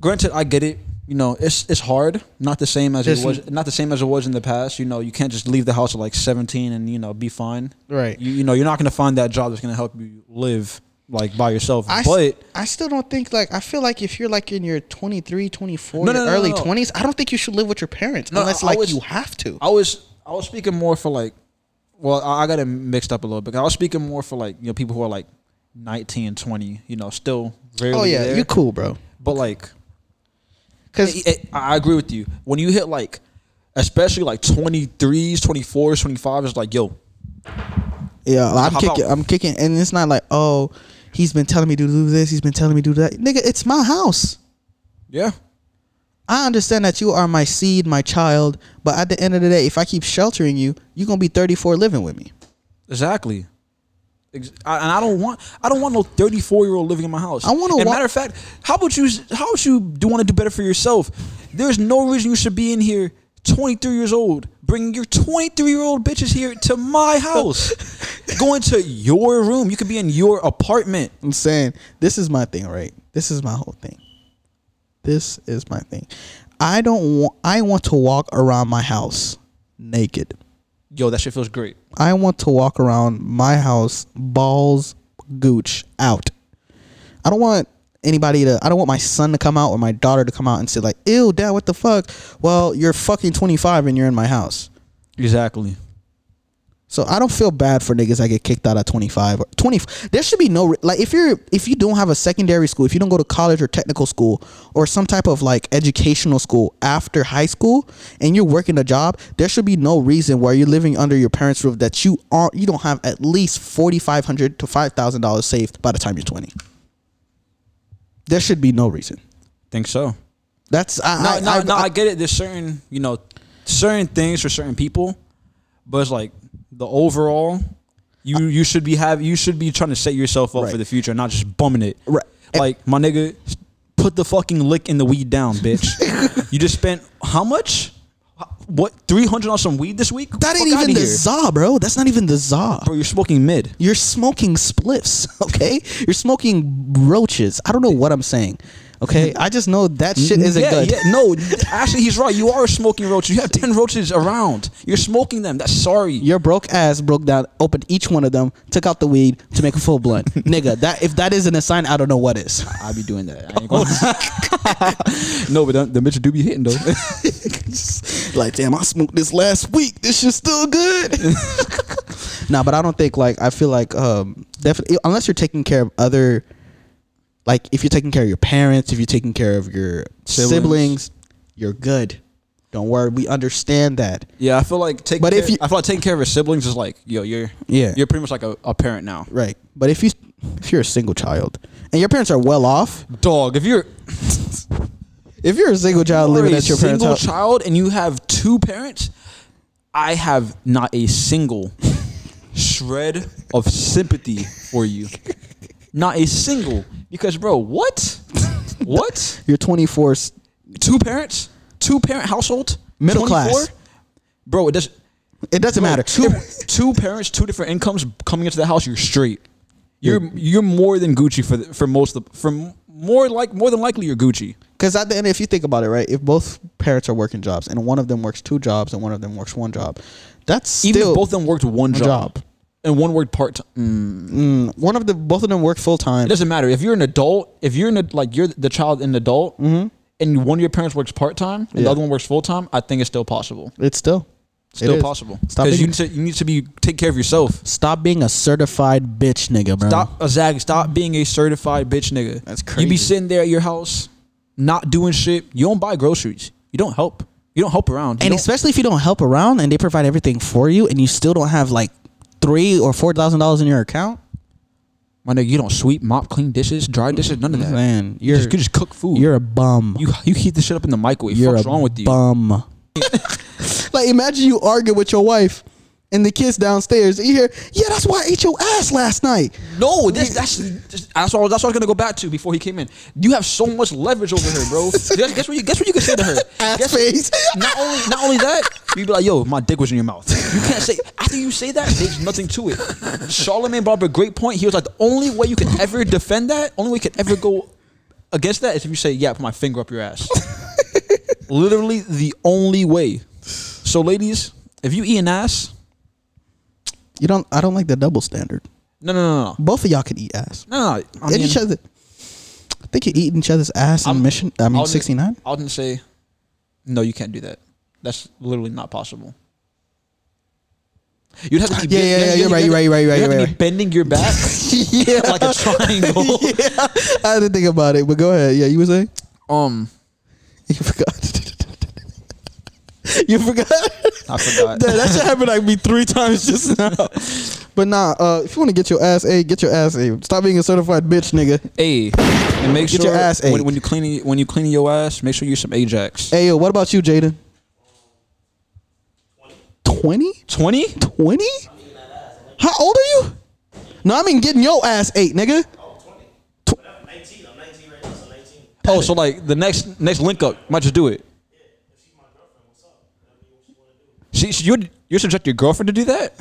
B: granted, I get it. You know, it's it's hard. Not the same as
D: Just-
B: it was. Not the same as it was in the past. You know, you can't just leave the house at like 17 and you know be fine.
D: Right.
B: You, you know, you're not gonna find that job that's gonna help you live like by yourself.
D: I, s-
B: but
D: I still don't think, like, I feel like if you're like in your 23, 24,
B: No, no,
D: your
B: no, no,
D: early
B: no.
D: 20s, I don't think you should live with your parents
B: No,
D: unless,
B: I- I
D: like,
B: was-
D: you have to.
B: I
D: Oh,
B: was I was speaking more for like, well, I, I got it mixed up a little bit. I was speaking more for like you know people who are like 19, 20. You know, still very.
D: oh, yeah. You're cool, bro.
B: But like,
D: Because
B: I I- I agree with you. When you hit like, especially like 23s, 24s, 25s, it's like, yo,
D: Yeah, I'm
B: How
D: kicking.
B: about-
D: I'm kicking, and it's not like, oh, he's been telling me to do this. He's been telling me to do that. Nigga, it's my house.
B: yeah,
D: I understand that you are my seed, my child, but at the end of the day, if I keep sheltering you, you're gonna be 34 living with me.
B: exactly. Ex- I, and I don't want I don't want no 34 year old living in my house.
D: I wanna
B: And
D: wa-
B: matter of fact, how about you? How about you do want to do better for yourself? There's no reason you should be in here. 23 years old, bringing your 23 year old bitches here to my house, going to your room. You could be in your apartment.
D: I'm saying this is my thing, right? This is my whole thing. This is my thing. I don't want. I want to walk around my house naked.
B: Yo, that shit feels great.
D: I want to walk around my house balls gooch out. I don't want anybody to I don't want my son to come out or my daughter to come out and say like, "Ew, dad, what the fuck?" Well, you're fucking 25 and you're in my house.
B: Exactly.
D: So I don't feel bad for niggas that get kicked out at 25 or 20. There should be no re- like if you're if you don't have a secondary school, if you don't go to college or technical school or some type of like educational school after high school and you're working a job, there should be no reason why you're living under your parents' roof that you aren't you don't have at least 4500 to $5,000 saved by the time you're 20. There should be no reason.
B: Think so.
D: That's I
B: no,
D: I,
B: no,
D: I,
B: no,
D: I-
B: I get it. There's certain, you know, certain things for certain people, but it's like the overall, you you should be have you should be trying to set yourself up
D: Right.
B: for the future, not just bumming it.
D: Right.
B: Like my nigga, put the fucking lick in the weed down, bitch.
D: [LAUGHS]
B: you just spent how much? What three hundred on some weed this week?
D: that ain't
B: Fuck outta
D: even the
B: here.
D: za, bro. That's not even the za.
B: bro. You're smoking mid.
D: You're smoking spliffs, [LAUGHS] okay? You're smoking roaches. I don't know what I'm saying,
B: [LAUGHS]
D: okay? I just know that shit isn't
B: yeah,
D: good.
B: yeah, no, actually, he's right. You are smoking roaches. You have ten roaches around. You're smoking them. That's sorry.
D: Your broke ass broke down, opened each one of them, took out the weed to make a full blunt, [LAUGHS] nigga. That if that isn't a sign, I don't know what is.
B: I be doing that. I ain't gonna no, but the, the bitch do be hitting
D: [LAUGHS]
B: though.
D: like, damn, I smoked this last week. This shit's still [LAUGHS] good. nah, but I don't think like I feel like um definitely unless you're taking care of other like if you're taking care of your parents, if you're taking care of your siblings,
B: Siblings.
D: you're good. Don't worry, we understand that.
B: yeah, I feel like taking.
D: But
B: But
D: if
B: if
D: you-
B: I feel like taking care of your siblings is like, yo, you're
D: Yeah.
B: you're pretty much like a, a parent now.
D: Right. But if you if you're a single child and your parents are well off,
B: Dog, if you're,
D: if you're a single child
B: you're
D: living
B: a
D: at your parents'
B: single
D: house,
B: child and you have two parents, I have not a
D: [LAUGHS]
B: single shred of sympathy for
D: [LAUGHS]
B: you. Not a single, because bro,
D: [LAUGHS]
B: what, what?
D: you're 24.
B: Two parents, two parent household,
D: Middle class.
B: bro. It doesn't.
D: It doesn't
B: Bro,
D: matter.
B: Two, two parents, two different incomes coming into the house. You're straight. You're you're more than Gucci for the, for most of the, for m- more like more than likely you're Gucci.
D: Because at the end, if you think about it, right, if both parents are working jobs and one of them works two jobs and one of them works one job, that's
B: Even
D: still
B: if both of them worked one job,
D: job. Mm.
B: and one worked part time.
D: one of the both of them work full
B: It
D: time.
B: doesn't matter if you're an adult. If you're an, ad- like you're the child and adult, and one of your parents works part time and
D: Mm-hmm. Yeah.
B: the other one works full time, I think it's still possible.
D: It's still
B: It's
D: it
B: still
D: is.
B: possible
D: Stop
B: because you
D: being,
B: need to you need to be take care of yourself.
D: stop being a certified bitch, nigga, bro.
B: Stop, exactly. Stop being a certified bitch, nigga.
D: Uh-huh. That's
B: You
D: crazy.
B: be sitting there at your house, not doing shit. You don't buy groceries. You don't help. You don't help around. You
D: And
B: don't-
D: especially if you don't help around and they provide everything for you, and you still don't have like three or four thousand dollars in your account,
B: my nigga, you don't sweep, mop, clean dishes, dry dishes, none of that.
D: man,
B: you
D: you're
B: just, you just cook food.
D: you're a bum.
B: you you heat this shit up in the microwave.
D: You're
B: What's
D: a
B: wrong with you?
D: bum. like imagine you argue with your wife.
A: And the kids downstairs, you hear, yeah, that's why I ate your ass last night.
B: No, this, that's that's what, that's what I was gonna go back to before he came in. You have so much leverage over her, bro. [LAUGHS] guess, guess what? You guess what you can say to her?
A: Ass
B: guess,
A: face.
B: Not only not only that, you'd be like, "Yo, my dick was in your mouth." You can't say after you say that. There's nothing to it. Charlemagne brought up a great point. He was like, "The only way you can ever defend that, only way you can ever go against that, is if you say, yeah, I put my finger up
A: [LAUGHS]
B: your ass.' Literally the only way. So, ladies, if you eat an ass,
A: You don't. I don't like the double standard.
B: no, no, no, no,
A: Both of y'all could eat ass.
B: no, no. I
A: At
B: mean-
A: each other. I think you eating each other's ass in mission. I mean,
B: would-
A: sixty nine.
B: I wouldn't say, no, you can't do that. That's literally not possible.
A: [LAUGHS]
B: You'd have to be
A: Yeah, yeah, yeah, you're right, you're right, you're right, you're
B: you'd have
A: right,
B: to be
A: right.
B: bending your back
A: [LAUGHS]
B: [LAUGHS]
A: Yeah. [LAUGHS]
B: like oh. a triangle.
A: yeah, I didn't think about it, but go ahead. Yeah, you were saying [LAUGHS]
B: Um,
A: you [LAUGHS] forgot. you forgot.
B: I forgot.
A: Damn, [LAUGHS] that shit happened like me three times just now. But nah, uh, if you want to get your ass a, get your ass a. Stop being a certified bitch, nigga.
B: hey, and make
A: Get
B: sure
A: your ass
B: when,
A: ached.
B: when you cleaning when you cleaning your ass, make sure you use some Ajax.
A: Hey, yo, what about you, Jaden? Twenty?
B: Twenty?
A: Twenty? How old are you? No, I mean getting your ass eight, nigga.
D: I'm 19. I'm 19 right now, so 19.
B: Oh, so like the next next link up, might just do it. She, she you you subject your girlfriend to do that?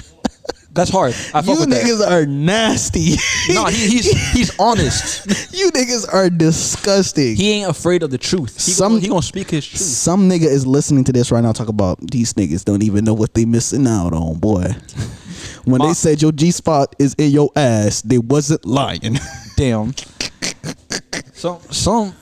B: [LAUGHS] That's hard. I fuck
A: You
B: with that.
A: niggas are nasty. [LAUGHS]
B: No, he, he's he's honest.
A: you niggas are disgusting.
B: He ain't afraid of the truth. He,
A: Some-
B: Some, he gonna speak his truth.
A: Some nigga is listening to this right now. Talk about these niggas don't even know what they missing out on, [LAUGHS] boy. When
B: My-
A: they said your G spot is in your ass, they wasn't lying.
B: Damn. Some some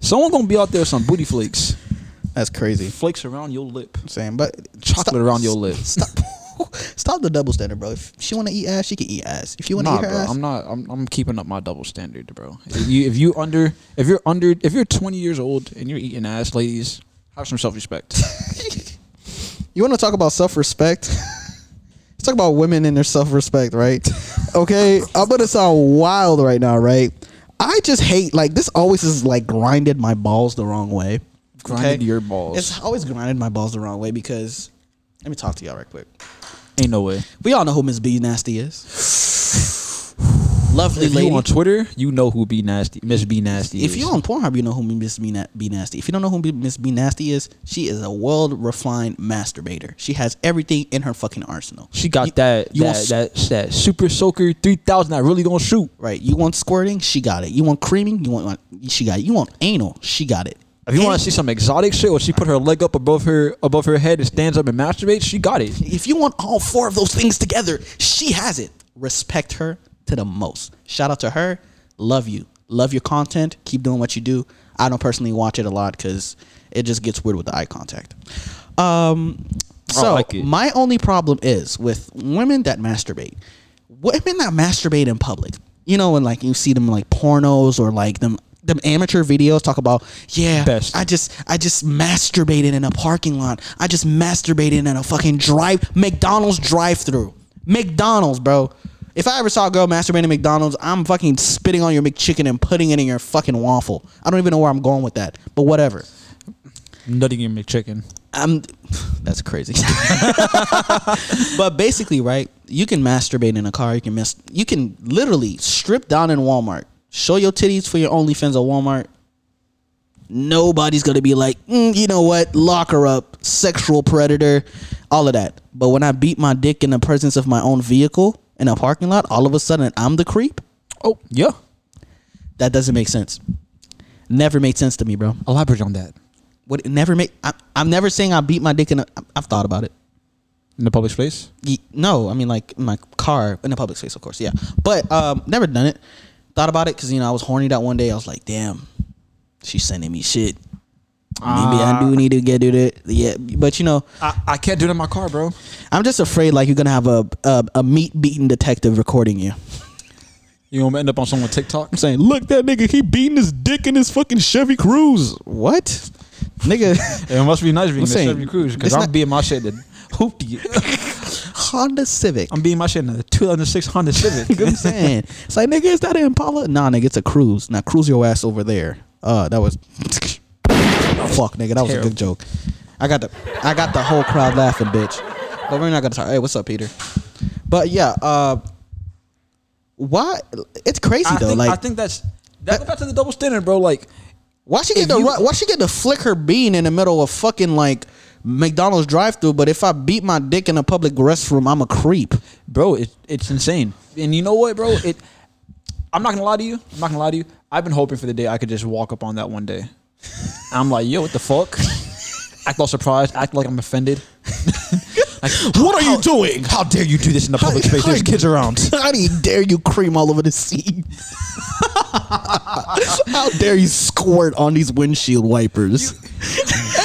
B: someone gonna be out there with some booty flakes,
A: [LAUGHS] That's crazy.
B: flakes around your lip,
A: Saying, but
B: chocolate around your lip.
A: Stop, [LAUGHS] stop the double standard, bro. If she want to eat ass, she can eat ass. If you want to
B: Nah,
A: eat her
B: bro.
A: ass,
B: I'm not. I'm, I'm keeping up my double standard, bro. If you if you under if you're under if you're 20 years old and you're eating ass, ladies, have some self respect.
A: you want to talk about self respect. [LAUGHS] Let's talk about women and their self respect, right? Okay, I'm gonna sound wild right now, right? I just hate like this. Always is like grinded my balls the wrong way.
B: Grinded your balls.
A: It's always grinded my balls the wrong way because let me talk to y'all right quick.
B: Ain't [LAUGHS] no way.
A: We all know who Miss B Nasty is. Lovely
B: If
A: lady.
B: you on Twitter, you know who be nasty, Miss Be Nasty.
A: If
B: is.
A: you on Pornhub, you know who Miss B, Na- B Nasty. If you don't know who B- Miss B Nasty is, she is a world refined masturbator. She has everything in her fucking arsenal.
B: She got that
A: you
B: that,
A: want-
B: that that super soaker three thousand that really gonna shoot.
A: Right? You want squirting? She got it. You want creaming? You want? She got it. You want anal? She got it.
B: If you want
A: Any-
B: to see some exotic shit, where she put her leg up above her above her head and stands up and masturbates, she got it. [LAUGHS]
A: if you want all four of those things together, she has it. Respect her to the most. Shout out to her. Love you. Love your content. Keep doing what you do. I don't personally watch it a lot because it just gets weird with the eye contact. Um, so
B: like it.
A: my only problem is with women that masturbate. Women that masturbate in public. You know, when like you see them like pornos or like them them amateur videos talk about yeah
B: Best.
A: I just I just masturbated in a parking lot. I just masturbated in a fucking drive McDonald's drive through. McDonald's, bro. If I ever saw a girl masturbating at McDonald's, I'm fucking spitting on your McChicken and putting it in your fucking waffle. I don't even know where I'm going with that, but whatever.
B: Nutting your McChicken.
A: I'm that's crazy. but basically, right? You can masturbate in a car. You can miss. You can literally strip down in Walmart. Show your titties for your OnlyFans at Walmart. Nobody's gonna be like, "Mm, you know what? Lock her up, sexual predator, all of that. But when I beat my dick in the presence of my own vehicle in a parking lot, all of a sudden I'm the creep.
B: [LAUGHS] Oh yeah,
A: That doesn't make sense. Never made sense to me, bro.
B: elaborate on that
A: What? It never make. I, I'm never saying I beat my dick in. A, I- I've thought about it.
B: in the public space.
A: Ye- no, I mean like in my car in a public space, of course. Yeah, but um, never done it. Thought about it because you know I was horny that one day. I was like, damn, she's sending me shit. Maybe I do need to get to that. Yeah, but you know,
B: I, I can't do it in my car, bro.
A: I'm just afraid like you're gonna have a a, a meat beating detective recording you.
B: You gonna end up on someone TikTok.
A: [LAUGHS] I'm saying, look that nigga, he beating his dick in his fucking Chevy Cruise. What, nigga? [LAUGHS]
B: It must be nice being
A: Listen,
B: Miss Chevy Cruise because
A: it's
B: I'm
A: not-
B: being my shit in
A: [LAUGHS]
B: hoopty.
A: Honda Civic.
B: [LAUGHS] I'm being my shit in a 2006 Honda
A: [LAUGHS]
B: Civic.
A: You know what I'm saying? It's like, nigga, is that an Impala? Nah, nigga, it's a cruise. Now cruise your ass over there. Uh, that was fuck, nigga. That was a
B: Terrible.
A: good joke. I got the I got the whole crowd laughing, bitch. But we're not gonna talk. Hey, what's up, Peter? But yeah, uh, why? It's crazy
B: I
A: though.
B: think,
A: like,
B: I think that's that goes back to the double standard, bro. Like,
A: why she get
B: if
A: the
B: you-
A: ru- why she get to flick her bean in the middle of fucking like McDonald's drive through? But if I beat my dick in a public restroom, I'm a creep.
B: bro, it, it's insane. And you know what, bro? It. I'm not gonna lie to you. I'm not gonna lie to you. I've been hoping for the day I could just walk up on that one day. I'm like, yo, what the fuck? act all surprised. Act like I'm offended. like,
A: What are you doing?
B: how dare you do this in the public space? There's kids around.
A: [LAUGHS] How do you dare you cream all over the seat? How dare you squirt on these windshield wipers?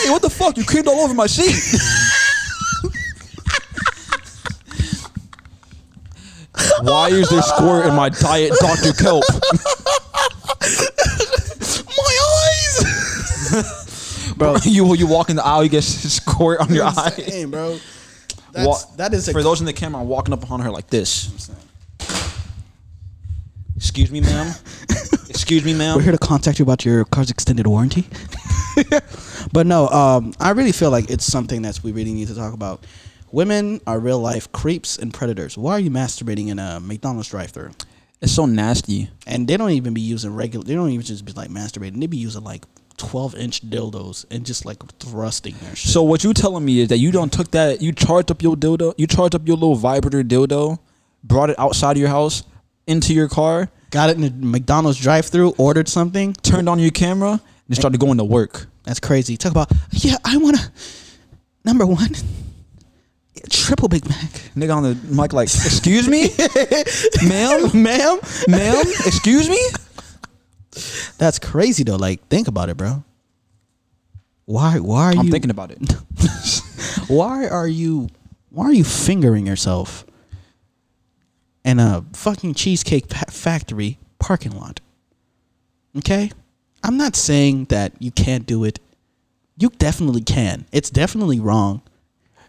B: hey, what the fuck? You creamed all over my [LAUGHS] seat. Why is there squirt in my diet, Dr. Kelp?
A: [LAUGHS] My eyes,
B: [LAUGHS] Bro, you you walk in the aisle, you get [LAUGHS] squirt on your eye.
A: Damn, bro. That's,
B: Wa-
A: that is a
B: for those in the camera. I'm walking up upon her like this. Excuse
A: [LAUGHS]
B: me, ma'am. Excuse me,
A: We're here to
B: ma'am.
A: contact you about your car's extended warranty. but no, um, I really feel like it's something that we really need to talk about. Women are real life creeps and predators. Why are you masturbating in a McDonald's drive thru?
B: It's so nasty.
A: And they don't even be using regular, they don't even just be like masturbating. They be using like 12 inch dildos and just like thrusting their shit.
B: So what you telling me is that you don't took that you charged up your dildo, you charged up your little vibrator dildo, brought it outside of your house into your car,
A: Got it in the McDonald's drive thru, ordered something.
B: turned on your camera, and started going to work.
A: That's crazy. Talk about, yeah, I want to, number one, triple Big Mac.
B: Nigga on the mic like, excuse [LAUGHS] me, ma'am,
A: Ma'am?
B: ma'am, excuse me.
A: That's crazy though. Like, think about it, bro. Why? Why are
B: I'm
A: you?
B: thinking about it.
A: Why are you? Why are you fingering yourself in a fucking cheesecake pa- factory parking lot? Okay, I'm not saying that you can't do it. You definitely can. It's definitely wrong.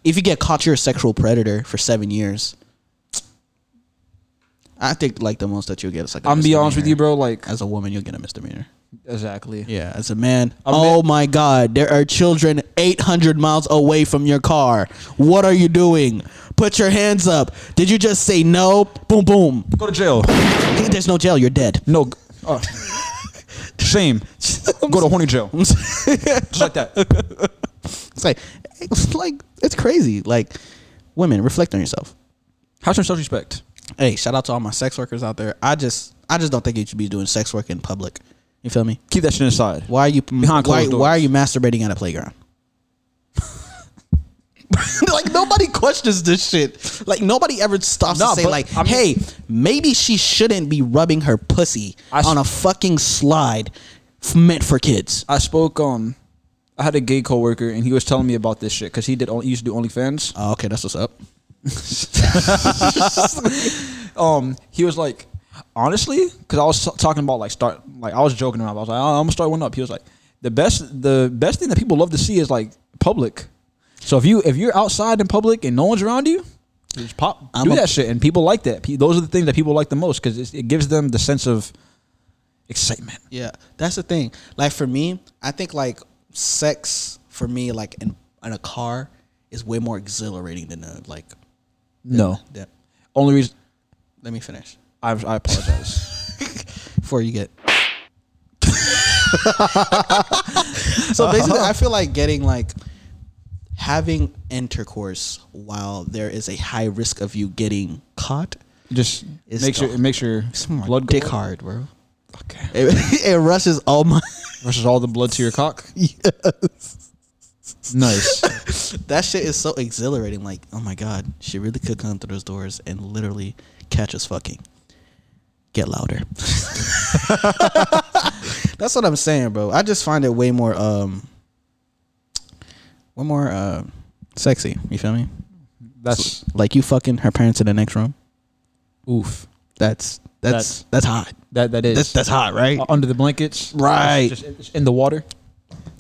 A: If you get caught, you're a sexual predator for seven years. I think like the most that you'll get is like. a
B: I'm be
A: misdemeanor.
B: honest with you, bro. Like,
A: As a woman, you'll get a misdemeanor.
B: exactly.
A: Yeah, as a man.
B: A
A: oh my God, there are children 800 miles away from your car. What are you doing? Put your hands up. Did you just say no? Boom, boom.
B: Go to jail.
A: There's no jail. You're dead.
B: No. g- Uh, [LAUGHS] shame. Go to horny [LAUGHS] jail. Just like that.
A: It's like, it's like it's crazy. Like, women, reflect on yourself.
B: How's your self respect?
A: Hey, shout out to all my sex workers out there. I just, I just don't think you should be doing sex work in public. You feel me?
B: Keep that shit inside.
A: Why are you
B: Behind
A: why,
B: closed
A: why are
B: doors.
A: you masturbating at a playground? [LAUGHS] like nobody questions this shit. Like nobody ever stops
B: Nah,
A: to say
B: but,
A: like,
B: I mean-
A: "Hey, maybe she shouldn't be rubbing her pussy
B: I s-
A: on a fucking slide f- meant for kids."
B: I spoke. Um, I had a gay coworker, and he was telling me about this shit because he did. Only, he used to do OnlyFans.
A: Oh, okay, that's what's up.
B: Um, he was like, honestly, because I was t- talking about like start, like I was joking around. I was like, "Oh, I'm gonna start one up. He was like, the best, the best thing that people love to see is like public. So if you if you're outside in public and no one's around you, just pop,
A: I'm
B: do
A: a-
B: that shit, and people like that. Pe- Those are the things that people like the most because it gives them the sense of excitement.
A: Yeah, that's the thing. Like for me, I think like sex for me like in, in a car is way more exhilarating than a, like
B: No,
A: that.
B: only reason
A: Let me finish
B: I, I apologize.
A: before you [LAUGHS] get. so basically, I feel like getting like having intercourse while there is a high risk of you getting caught.
B: Just
A: It's
B: make sure
A: the-
B: it makes your blood
A: dick
B: go-
A: hard, bro.
B: Okay.
A: It, [LAUGHS] it rushes all my.
B: versus all the blood to
A: [LAUGHS]
B: your cock. Nice.
A: That shit is so exhilarating. Like, oh my god, she really could come through those doors and literally catch us fucking. Get louder. [LAUGHS] That's what I'm saying, bro. I just find it way more um way more uh sexy, you feel me? [LAUGHS]
B: That's
A: Like you fucking her parents in the next room.
B: oof.
A: That's that's that's, hot.
B: That that is
A: That's that's hot, right?
B: Uh, under the blankets.
A: Right.
B: Just, just in the water.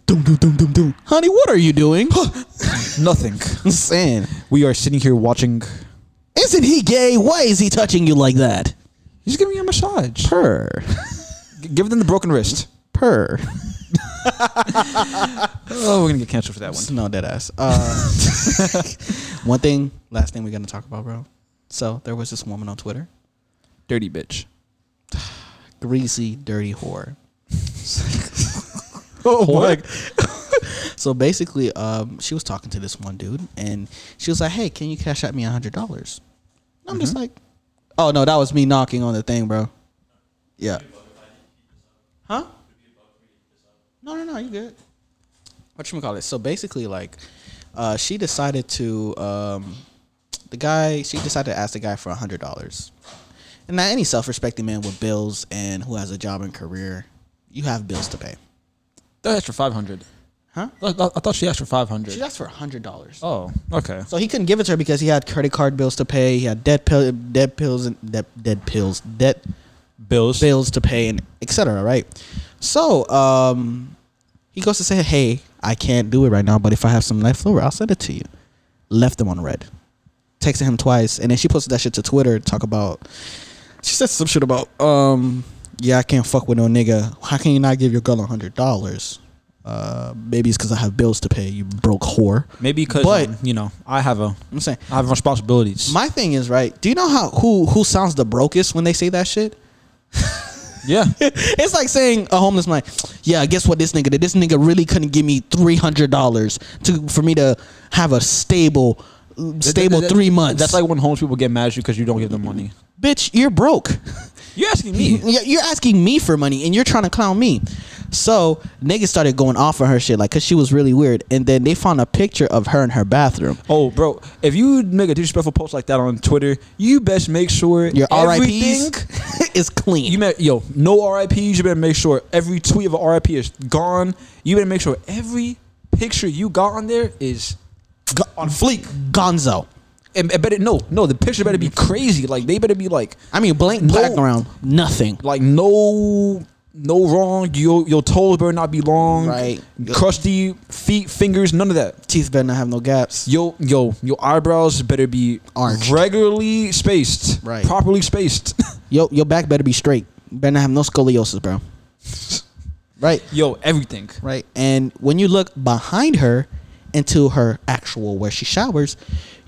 A: Doom, doom, doom, doom, doom. Honey, what are you [LAUGHS] doing?
B: Nothing.
A: I'm saying.
B: We are sitting here watching.
A: Isn't he gay? Why is he touching you like that?
B: He's giving you a massage.
A: Purr.
B: G- give them the broken wrist. [LAUGHS]
A: [LAUGHS] Purr.
B: Oh, we're gonna get canceled for that one.
A: No dead ass. Uh, [LAUGHS] One thing, last thing we're gonna talk about, bro. So there was this woman on Twitter,
B: Dirty bitch.
A: greasy, dirty whore.
B: Oh,
A: Like, so basically, um, she was talking to this one dude, and she was like, "Hey, can you cash out me a hundred dollars?" I'm just like, "Oh no, that was me knocking on the thing, bro." Yeah. Huh? No, no, no, you good. What you call it? So basically, like, uh, she decided to um, the guy. She decided to ask the guy for a hundred dollars. And now, any self-respecting man with bills and who has a job and career, you have bills to pay,
B: That asked for five hundred.
A: huh?
B: I, I- I thought she asked for five
A: She
B: hundred.
A: asked for a hundred dollars.
B: Oh, okay.
A: So he couldn't give it to her because he had credit card bills to pay. He had debt pill, debt pills, and debt, dead pills, debt
B: Bills.
A: bills to pay, and etc. Right. So um, he goes to say, "Hey, I can't do it right now, but if I have some left over, I'll send it to you." Left them on red. Texted him twice, and then she posted that shit to Twitter. to Talk about. She said some shit about um, yeah, I can't fuck with no nigga. How can you not give your girl a hundred dollars? Uh, maybe it's because I have bills to pay. You broke whore.
B: Maybe because
A: But-
B: you know I have a
A: I'm saying
B: I have responsibilities.
A: My thing is right. Do you know how who who sounds the brokest when they say that shit?
B: [LAUGHS] yeah.
A: It's like saying a homeless man, yeah, guess what this nigga did? This nigga really couldn't give me three hundred dollars to for me to have a stable stable
B: That- that-
A: three months.
B: That's like when homeless people get mad at you because you don't give them money.
A: bitch, you're broke.
B: You're asking me.
A: [LAUGHS] Yeah, You're asking me for money and you're trying to clown me. So niggas started going off on her shit like cause she was really weird. And then they found a picture of her in her bathroom.
B: Oh, bro, if you make a disrespectful post like that on Twitter, you best make sure
A: Your
B: everything-
A: RIPs [LAUGHS] is clean.
B: You met yo, no RIPs. You better make sure every tweet of a RIP is gone. You better make sure every picture you got on there is
A: on fleek. Gonzo.
B: and, and better no, no, the picture better be crazy. Like they better be like
A: I mean blank
B: No.
A: background, nothing.
B: like no no wrong. Your your toes better not be long.
A: Right.
B: Crusty feet, fingers, none of that.
A: Teeth better not have no gaps.
B: Yo, yo, your eyebrows better be
A: Arched.
B: regularly spaced.
A: Right.
B: Properly spaced. [LAUGHS]
A: Yo, your back better be straight. Better not have no scoliosis, bro. right,
B: yo, everything.
A: right. And when you look behind her into her actual where she showers,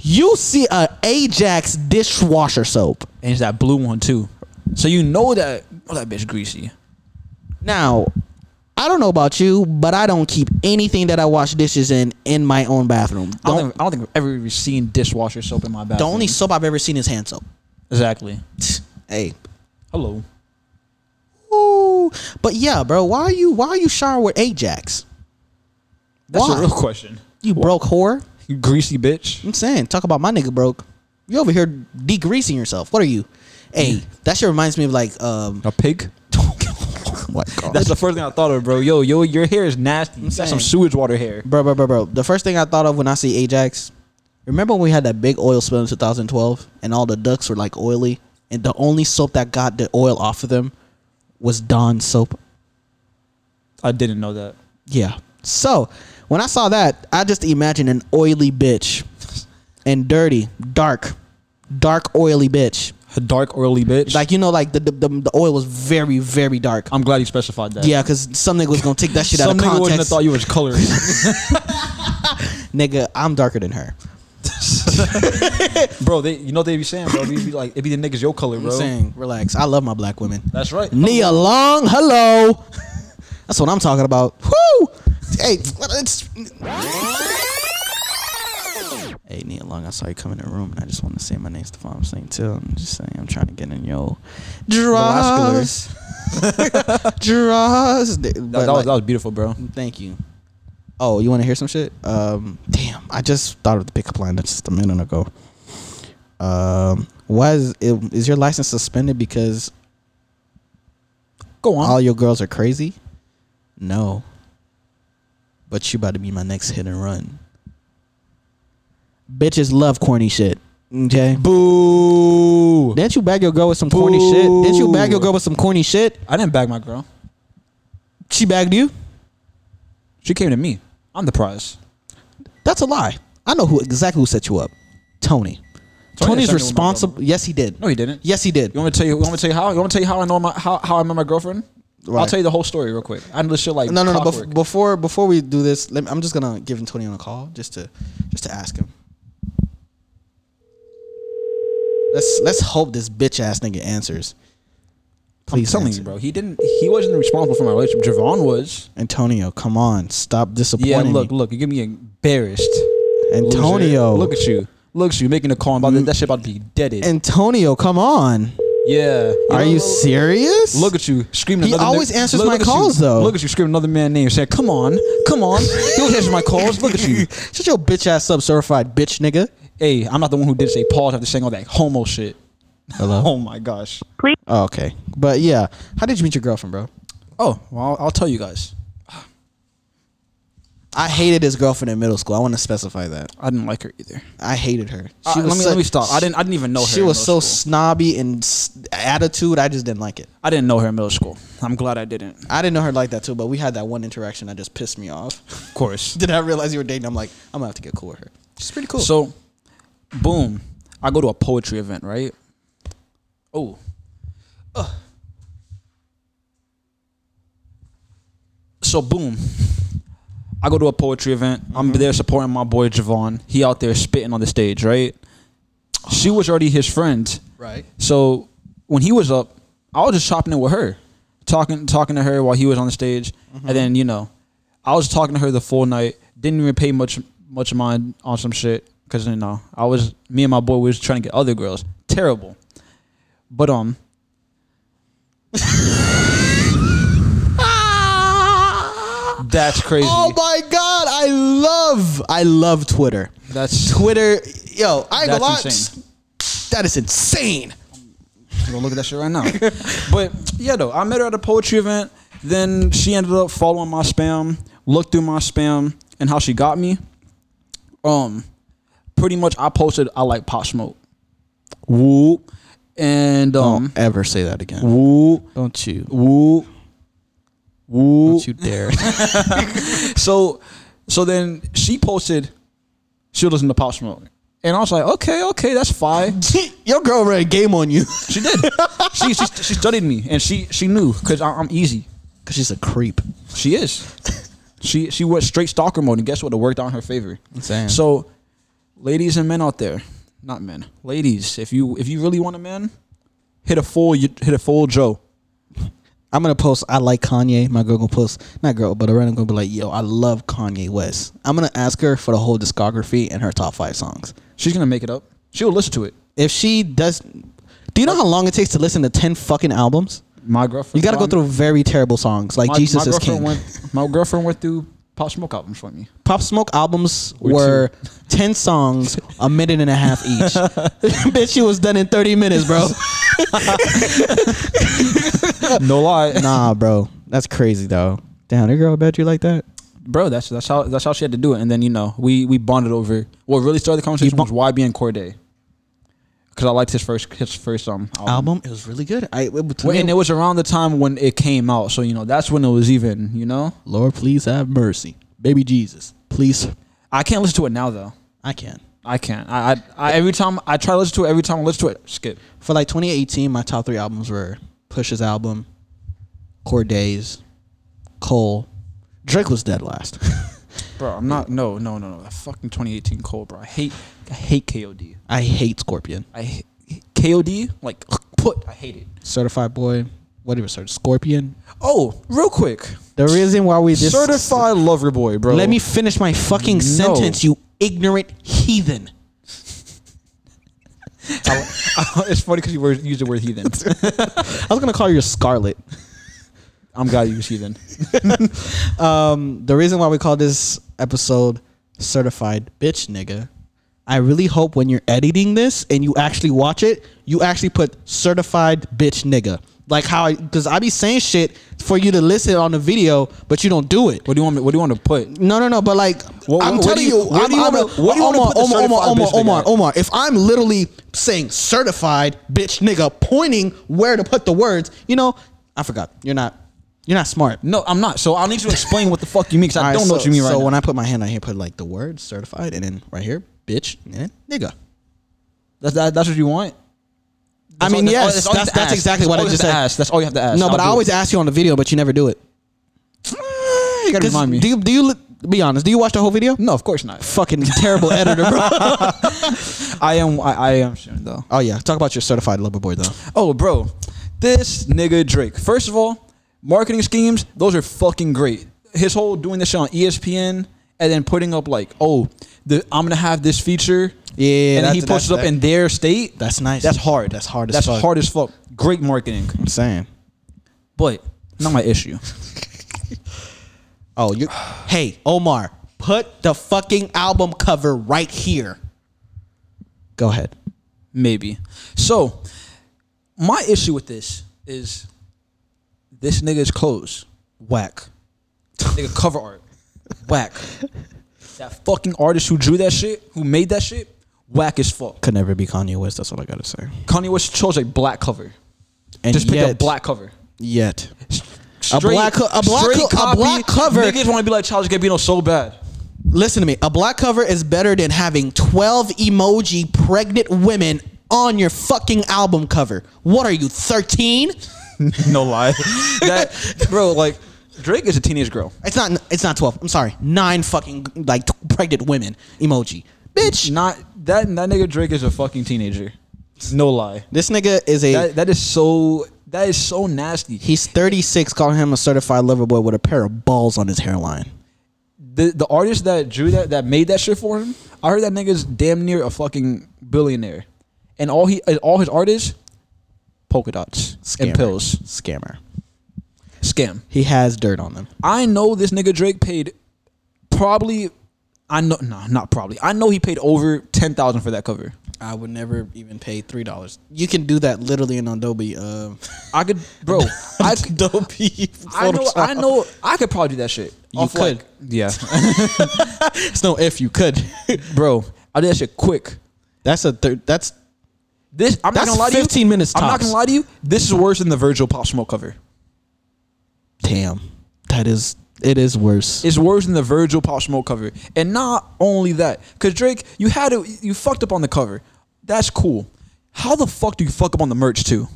A: you see a Ajax dishwasher soap.
B: And it's that blue one too. So you know that oh that bitch greasy.
A: Now, I don't know about you, but I don't keep anything that I wash dishes in in my own bathroom.
B: I don't,
A: The,
B: think, I don't think I've ever seen dishwasher soap in my bathroom.
A: the only soap I've ever seen is hand soap.
B: exactly.
A: Hey,
B: Hello.
A: Ooh. But yeah, bro, why are you why are you showering with Ajax?
B: That's
A: Why?
B: a real question.
A: You broke whore.
B: You greasy bitch.
A: I'm saying, talk about my nigga broke. You over here degreasing yourself. What are you? Hey, that shit reminds me of like
B: [LAUGHS]
A: um.
B: A pig.
A: what?
B: That's the first thing I thought of, bro. Yo, yo, your hair is nasty. That's
A: saying.
B: some sewage water hair.
A: bro, bro, bro, bro. The first thing I thought of when I see Ajax. Remember when we had that big oil spill in 2012, and all the ducks were like oily, and the only soap that got the oil off of them was Dawn soap.
B: I didn't know that.
A: Yeah. So when I saw that, I just imagined an oily bitch, and dirty, dark, dark oily bitch.
B: A dark oily bitch.
A: Like you know, like the the, the, the oil was very very dark.
B: I'm glad you specified that.
A: Yeah, because some nigga was gonna take that shit out
B: Some
A: of
B: nigga wouldn't
A: context.
B: have thought you
A: [LAUGHS]
B: was coloring.
A: nigga, I'm darker than her.
B: bro, they you know what they be saying, bro. They be like, it be the niggas your color,
A: I'm
B: bro.
A: saying, relax. I love my black women.
B: That's right.
A: Nia Long, hello. [LAUGHS] That's what I'm talking about. Whoo! Hey, it's. Hey, Nia Long, I saw you come in the room, and I just want to say my name, Stephon St. Till. I'm just saying, I'm trying to get in your draws. [LAUGHS] draws. But
B: That, that
A: like-
B: was, that was beautiful, bro.
A: Thank you. Oh, you want to hear some shit? Um, damn, I just thought of the pickup line that's just a minute ago. Um, why is it, is your license suspended because
B: Go on.
A: all your girls are crazy? No. But you about to be my next hit and run. Bitches love corny shit. Okay.
B: Boo.
A: Didn't you bag your girl with some corny shit? Didn't you bag your
B: Boo.
A: girl with some corny shit?
B: I didn't bag my girl.
A: She bagged you?
B: She came to me. I'm the prize.
A: That's a lie. I know who exactly who set you up. Tony. Tony's
B: Tony didn't set anyone up,
A: responsible. Yes, he did.
B: No, he didn't.
A: Yes, he did.
B: You want me to tell you? You want me to tell you how? You want me to tell you how I know my how, how I met my girlfriend? I'll
A: Right.
B: tell you the whole story real quick. I know this shit like
A: No, no, no.
B: clockwork.
A: Bef- before before we do this, let me, I'm just gonna give him Tony on a call just to just to ask him. Let's let's hope this bitch ass nigga answers. Please
B: I'm telling
A: answer.
B: you, bro. He didn't. He wasn't responsible for my relationship. Javon was.
A: Antonio, come on, stop disappointing
B: Yeah. Look,
A: me.
B: look. You get me embarrassed. loser.
A: Antonio,
B: look at you. Look at you making a call about that. That shit about to be deaded.
A: Antonio, come on.
B: yeah.
A: Are
B: know,
A: you
B: look-
A: serious?
B: Look at you screaming.
A: He
B: another
A: always
B: nigga-
A: answers
B: look-
A: my
B: look at
A: calls,
B: you.
A: though.
B: Look at you screaming another man's name. Saying, "Come on,
A: [LAUGHS]
B: come on." He always answers my calls. Look at you.
A: Shut your bitch ass up, certified bitch nigga.
B: Hey, I'm not the one who did say pause after saying all that homo shit.
A: Hello?
B: [LAUGHS] Oh my gosh.
A: Oh, okay, but yeah, how did you meet your girlfriend, bro?
B: Oh, well, I'll, I'll tell you guys.
A: I hated his girlfriend in middle school. I want to specify that
B: I didn't like her either.
A: I hated her.
B: Uh, let me
A: so-
B: let me stop. I didn't I didn't even know her.
A: She
B: in
A: was so
B: middle school.
A: snobby and s- attitude. I just didn't like it.
B: I didn't know her in middle school. I'm glad I didn't.
A: I didn't know her like that too. But we had that one interaction that just pissed me off. [LAUGHS]
B: Of course.
A: Did I realize you were dating? I'm like, I'm gonna have to get cool with her. She's pretty cool.
B: So, boom, I go to a poetry event, right? Oh, Ugh. so boom, I go to a poetry event. I'm
A: Mm-hmm.
B: there supporting my boy Javon. He out there spitting on the stage, right? She was already his friend,
A: Right.
B: So when he was up, I was just chopping it with her, talking talking to her while he was on the stage, and then you know, I was talking to her the full night. Didn't even pay much much mind on some shit because you know I was me and my boy was trying to get other girls. Terrible, but um.
A: Ah.
B: That's crazy.
A: [LAUGHS] Oh my god, I love I love Twitter.
B: That's
A: Twitter, yo, I ain't
B: That's
A: gonna lie.
B: insane.
A: That is insane.
B: Go look at that shit right now. [LAUGHS] but yeah, though I met her at a poetry event. Then she ended up following my spam, looked through my spam, and how she got me. Um, pretty much I posted I like Pop Smoke, woo, and um,
A: ever say that again.
B: woo,
A: Don't you?
B: woo, woo.
A: Don't you dare. [LAUGHS]
B: So, so then she posted, she listened to Pop Smoke, and I was like, okay, okay,
A: [LAUGHS]
B: that's fine.
A: Your girl ran game on you.
B: She did. she, she she studied me, and she she knew because I'm easy.
A: Cause she's a creep. [LAUGHS]
B: She is. she she went straight stalker mode, and guess what? It worked out in her favor.
A: Damn.
B: So, ladies and men out there, not men, ladies, if you if you really want a man, hit a full you- hit a full Joe.
A: I'm gonna post I like Kanye. My girl gonna post not girl, but a random gonna be like, yo, I love Kanye West. I'm gonna ask her for the whole discography and her top five songs.
B: She's gonna make it up. She'll listen to it.
A: If she does do you know how long it takes to listen to ten fucking albums?
B: My girlfriend.
A: You gotta go
B: my-
A: through very terrible songs like
B: my-
A: Jesus
B: my
A: is
B: girlfriend
A: King.
B: Went, my girlfriend went through Pop Smoke albums
A: [LAUGHS]
B: for me.
A: Pop Smoke albums
B: We're
A: were [LAUGHS] ten songs, a minute and a half each. [LAUGHS] Bitch, she was done in thirty minutes, bro.
B: no lie,
A: nah, bro, that's crazy though. Damn, that girl bet you like that.
B: bro. That's that's how that's how she had to do it. And then you know we we bonded over. What really started the conversation was YB and Corday. Because I liked his first his first um album.
A: Album, it was really good. I it, to
B: Well,
A: me,
B: and it was around the time when it came out, so you know that's when it was even. You know,
A: Lord, please have mercy, baby Jesus, please.
B: I can't listen to it now though.
A: I can.
B: I can't. I, I, I every time I try to listen to it, every time I listen to it, skip.
A: For like 2018, my top three albums were Push's album, Corday's, Cole. Drake was dead last. [LAUGHS]
B: Bro, I'm not. No, no, no, no. That fucking 2018 Cole, bro. I hate, I hate KOD.
A: I hate Scorpion.
B: I hate, KOD like put. I hate it.
A: Certified Boy, whatever. Certified Scorpion.
B: Oh, real quick,
A: The reason why we just
B: certified lover boy, bro.
A: Let me finish my fucking
B: No.
A: sentence, you ignorant heathen.
B: [LAUGHS] it's funny because you were- used the word heathen.
A: I was gonna call you Scarlet.
B: I'm glad you used heathen.
A: Um, the reason why we call this episode "Certified Bitch Nigga," I really hope when you're editing this and you actually watch it, you actually put "Certified Bitch Nigga." Like how I, because I be saying shit for you to listen on the video, but you don't do it.
B: What do you want? Me, what do you want to put?
A: No, no, no. But like,
B: What-
A: I'm
B: what
A: telling
B: do
A: you,
B: you- what
A: I'm,
B: do you
A: I'm,
B: wanna- what do you wanna
A: Omar,
B: put the
A: Omar, Omar,
B: certified
A: Omar,
B: bitch nigga
A: Omar,
B: at?
A: Omar. If I'm literally saying certified bitch nigga, pointing where to put the words, you know, I forgot. You're not, you're not smart.
B: No, I'm not. So I need you to explain what the fuck you mean because I
A: All right,
B: don't
A: so,
B: know what you mean right
A: So
B: now.
A: when I put my hand on here, put like the word certified, and then right here, bitch, and then nigga.
B: That's that, that's what you want.
A: I mean,
B: all-
A: yes,
B: all- all you
A: that's-
B: have to
A: that's
B: ask.
A: exactly
B: That's
A: what I
B: all you
A: just
B: have to
A: said.
B: ask. That's all you have to ask.
A: No, but I
B: I'll do
A: always
B: it.
A: ask you on the video, but you never do it.
B: you gotta
A: 'Cause
B: remind me.
A: Do you, do you li- Be honest. Do you watch the whole
B: [LAUGHS]
A: video?
B: No, of course not.
A: Fucking terrible editor, bro.
B: I am. I, I am soon though.
A: [LAUGHS] Oh yeah, talk about your certified lover boy though.
B: Oh, bro, this nigga Drake. First of all, marketing schemes, those are fucking great. His whole doing this shit on E ESPN and then putting up like, oh, the, I'm gonna have this feature.
A: Yeah,
B: and then
A: that's-
B: he
A: that's-
B: posts it up
A: that-
B: in their state.
A: that's nice.
B: That's hard.
A: That's hard as
B: That's
A: fuck.
B: hard as fuck. Great marketing,
A: I'm saying.
B: but not my issue.
A: Oh, you. hey, Omar, put the fucking album cover right here. Go ahead.
B: Maybe. So, my issue with this is this nigga's clothes whack. Nigga cover art whack. That fucking artist who drew that shit, who made that shit, whack as fuck.
A: Could never be Kanye West. That's all I gotta say.
B: Kanye West chose a black cover.
A: And
B: Just picked a
A: yet-
B: black cover.
A: Yet.
B: Straight,
A: black co- a black
B: straight
A: co- a black cover-
B: Niggas want to be like Childish Gambino so bad.
A: Listen to me. A black cover is better than having 12 emoji pregnant women on your fucking album cover. What are you, 13?
B: No lie. [LAUGHS] that bro, like Drake is a teenage girl.
A: It's not it's not 12. I'm sorry. 9 fucking like t- pregnant women emoji. Bitch.
B: Not that that nigga Drake is a fucking teenager. No lie.
A: This nigga is a
B: That, that is so. That is so nasty.
A: he's 36 calling him a certified lover boy with a pair of balls on his hairline.
B: The the artist that drew that that made that shit for him. I heard that nigga's damn near a fucking billionaire, and all he and all his artists, polka dots
A: Scammer.
B: and pills
A: Scammer.
B: scam.
A: He has dirt on them.
B: I know this nigga Drake paid probably. I know no, not probably. I know he paid over ten thousand for that cover.
A: I would never even pay three dollars. You can do that literally in Adobe. Uh, [LAUGHS]
B: I could, bro. I c-
A: Adobe.
B: I know. I
A: Photoshop.
B: know. I could probably do that shit.
A: You
B: Off,
A: could.
B: like- yeah,
A: It's no if you could.
B: [LAUGHS]
A: [LAUGHS]
B: bro. I did that shit quick.
A: that's a third. That's
B: This I'm
A: That's
B: not gonna lie to you.
A: 15 minutes
B: I'm not
A: tops.
B: gonna lie to you. This is worse than the Virgil Pop Smoke cover.
A: damn. That is. It is worse.
B: It's worse than the Virgil Pop Smoke cover. And not only that, because Drake, you had to you fucked up on the cover. That's cool. How the fuck do you fuck up on the merch too?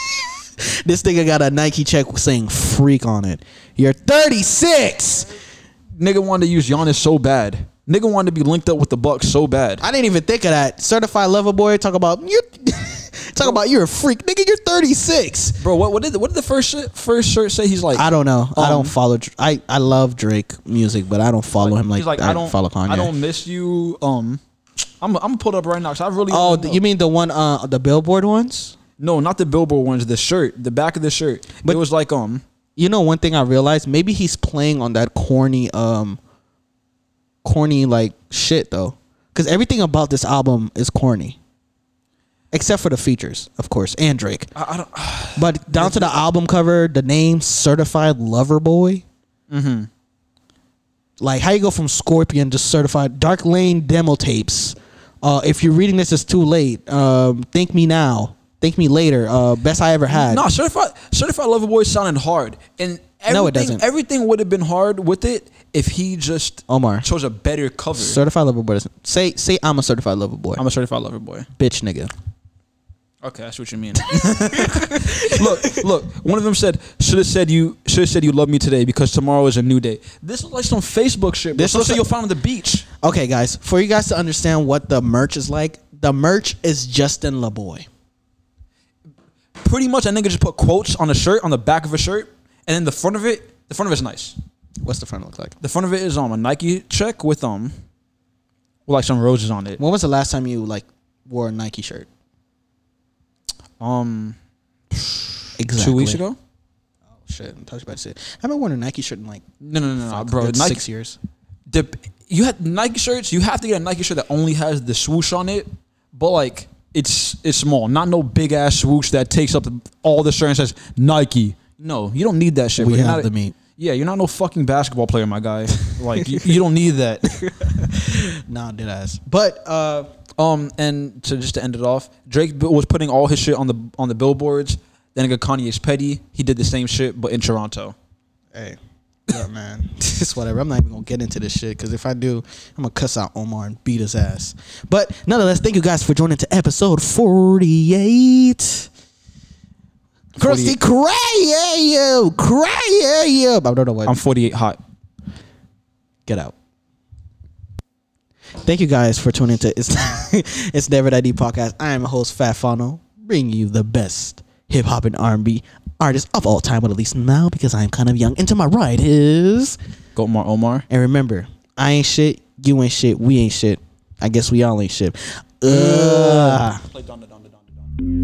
A: [LAUGHS] this nigga got a Nike check saying "freak" on it. You're 36.
B: Nigga wanted to use Giannis so bad. Nigga wanted to be linked up with the Bucks so bad.
A: I didn't even think of that. Certified lover boy. Talk about you. [LAUGHS] talk about you're a freak, nigga. You're 36.
B: Bro, what, what did the, what did the first shit, first shirt say? He's like,
A: I don't know. I
B: um,
A: don't follow. Dr- I I love Drake music, but I don't follow him like,
B: He's like,
A: I,
B: I don't
A: follow Kanye.
B: I don't miss you. Um, I'm I'm gonna pull it up right now because I really.
A: Oh,
B: wanna
A: th-
B: know.
A: you mean the one uh the billboard ones?
B: no, not the billboard ones. The shirt, the back of the shirt. But
A: But-
B: it was like um,
A: You know one thing I realized, maybe he's playing on that corny um corny like shit though. Cuz everything about this album is corny. Except for the features, of course, and Drake.
B: I, I don't. [SIGHS]
A: But down to the album cover, the name Certified Lover Boy. Mhm.
B: Mm-hmm.
A: Like how you go from Scorpion to Certified Dark Lane demo tapes. Uh, if you're reading this, it's too late. Um, Think me now. Think me later. Uh, best I ever had.
B: No, certified certified lover boy sounded hard, and everything,
A: No, it doesn't.
B: Everything would have been hard with it if he just
A: Omar.
B: chose a better cover.
A: Mm-hmm. Certified lover boy. doesn't- Say say I'm a certified lover boy.
B: I'm a certified lover boy.
A: bitch nigga.
B: Okay, that's what you
A: [LAUGHS]
B: mean. look, look. One of them said, "Should have said you should have said you love me today because tomorrow is a new day." This looks like some Facebook shit. Bro.
A: This
B: This looks
A: looks
B: like
A: like-
B: you'll find on the beach.
A: Okay, guys, for you guys to understand what the merch is like, the merch is Justin LaBoy.
B: Pretty much, that nigga just put quotes on a shirt on the back of a shirt, and then the front of it. The front of it's nice.
A: What's the front look like?
B: The front of it is um a Nike check with um, with like some roses on it.
A: When was the last time you like wore a Nike shirt?
B: Um, two weeks ago.
A: Oh shit, I thought you about to say. it. I haven't worn a Nike shirt in like
B: No, no, no, no,
A: fuck,
B: bro.
A: good
B: Nike,
A: six years.
B: the- you had Nike shirts. You have to get a Nike shirt that only has the swoosh on it, but like it's it's small, not no big ass swoosh that takes up all the shirt and says Nike. No, you don't need that shit.
A: We
B: bro. You're
A: have
B: not
A: the meat.
B: Yeah, you're not no fucking basketball player, my guy. Like you, you don't need
A: [LAUGHS]
B: that.
A: Nah, did ass. But uh,
B: Um, and to just to end it off, Drake bu- was putting all his shit on the on the billboards. Then nigga Kanye's petty. He did the same shit, but in Toronto.
A: hey, look, man, [LAUGHS] it's whatever. I'm not even gonna get into this shit because if I do, I'm gonna cuss out Omar and beat his ass. But nonetheless, thank you guys for joining to episode 48. Krusty Krab, Krab. I don't know what.
B: I'm 48 hot.
A: Get out. Thank you guys for tuning to it's [LAUGHS] it's never that deep podcast. I am your host Fat Fano, bringing you the best hip hop and R and B artists of all time, but at least now because I am kind of young. And to my right is
B: Go Omar Omar.
A: and remember, I ain't shit, you ain't shit, we ain't shit. I guess we all ain't shit. Ugh.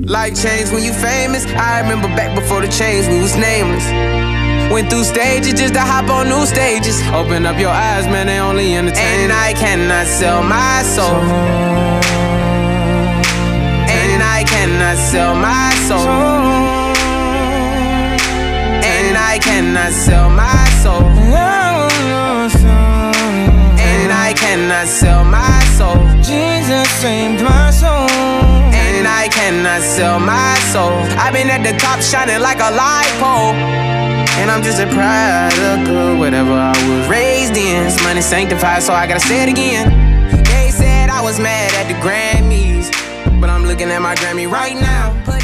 E: Life changed when you famous. I remember back before the change, we was nameless. Went through stages just to hop on new stages. Open up your eyes, man, they only entertain. And I cannot sell my soul. And I cannot sell my soul. And I cannot sell my soul. And I cannot sell my soul. Jesus saved my soul. And I cannot sell my soul. I've been at the top shining like a light pole. And I'm just a product of whatever I was raised in. This money sanctified, so I gotta say it again. They said I was mad at the Grammys, but I'm looking at my Grammy right now.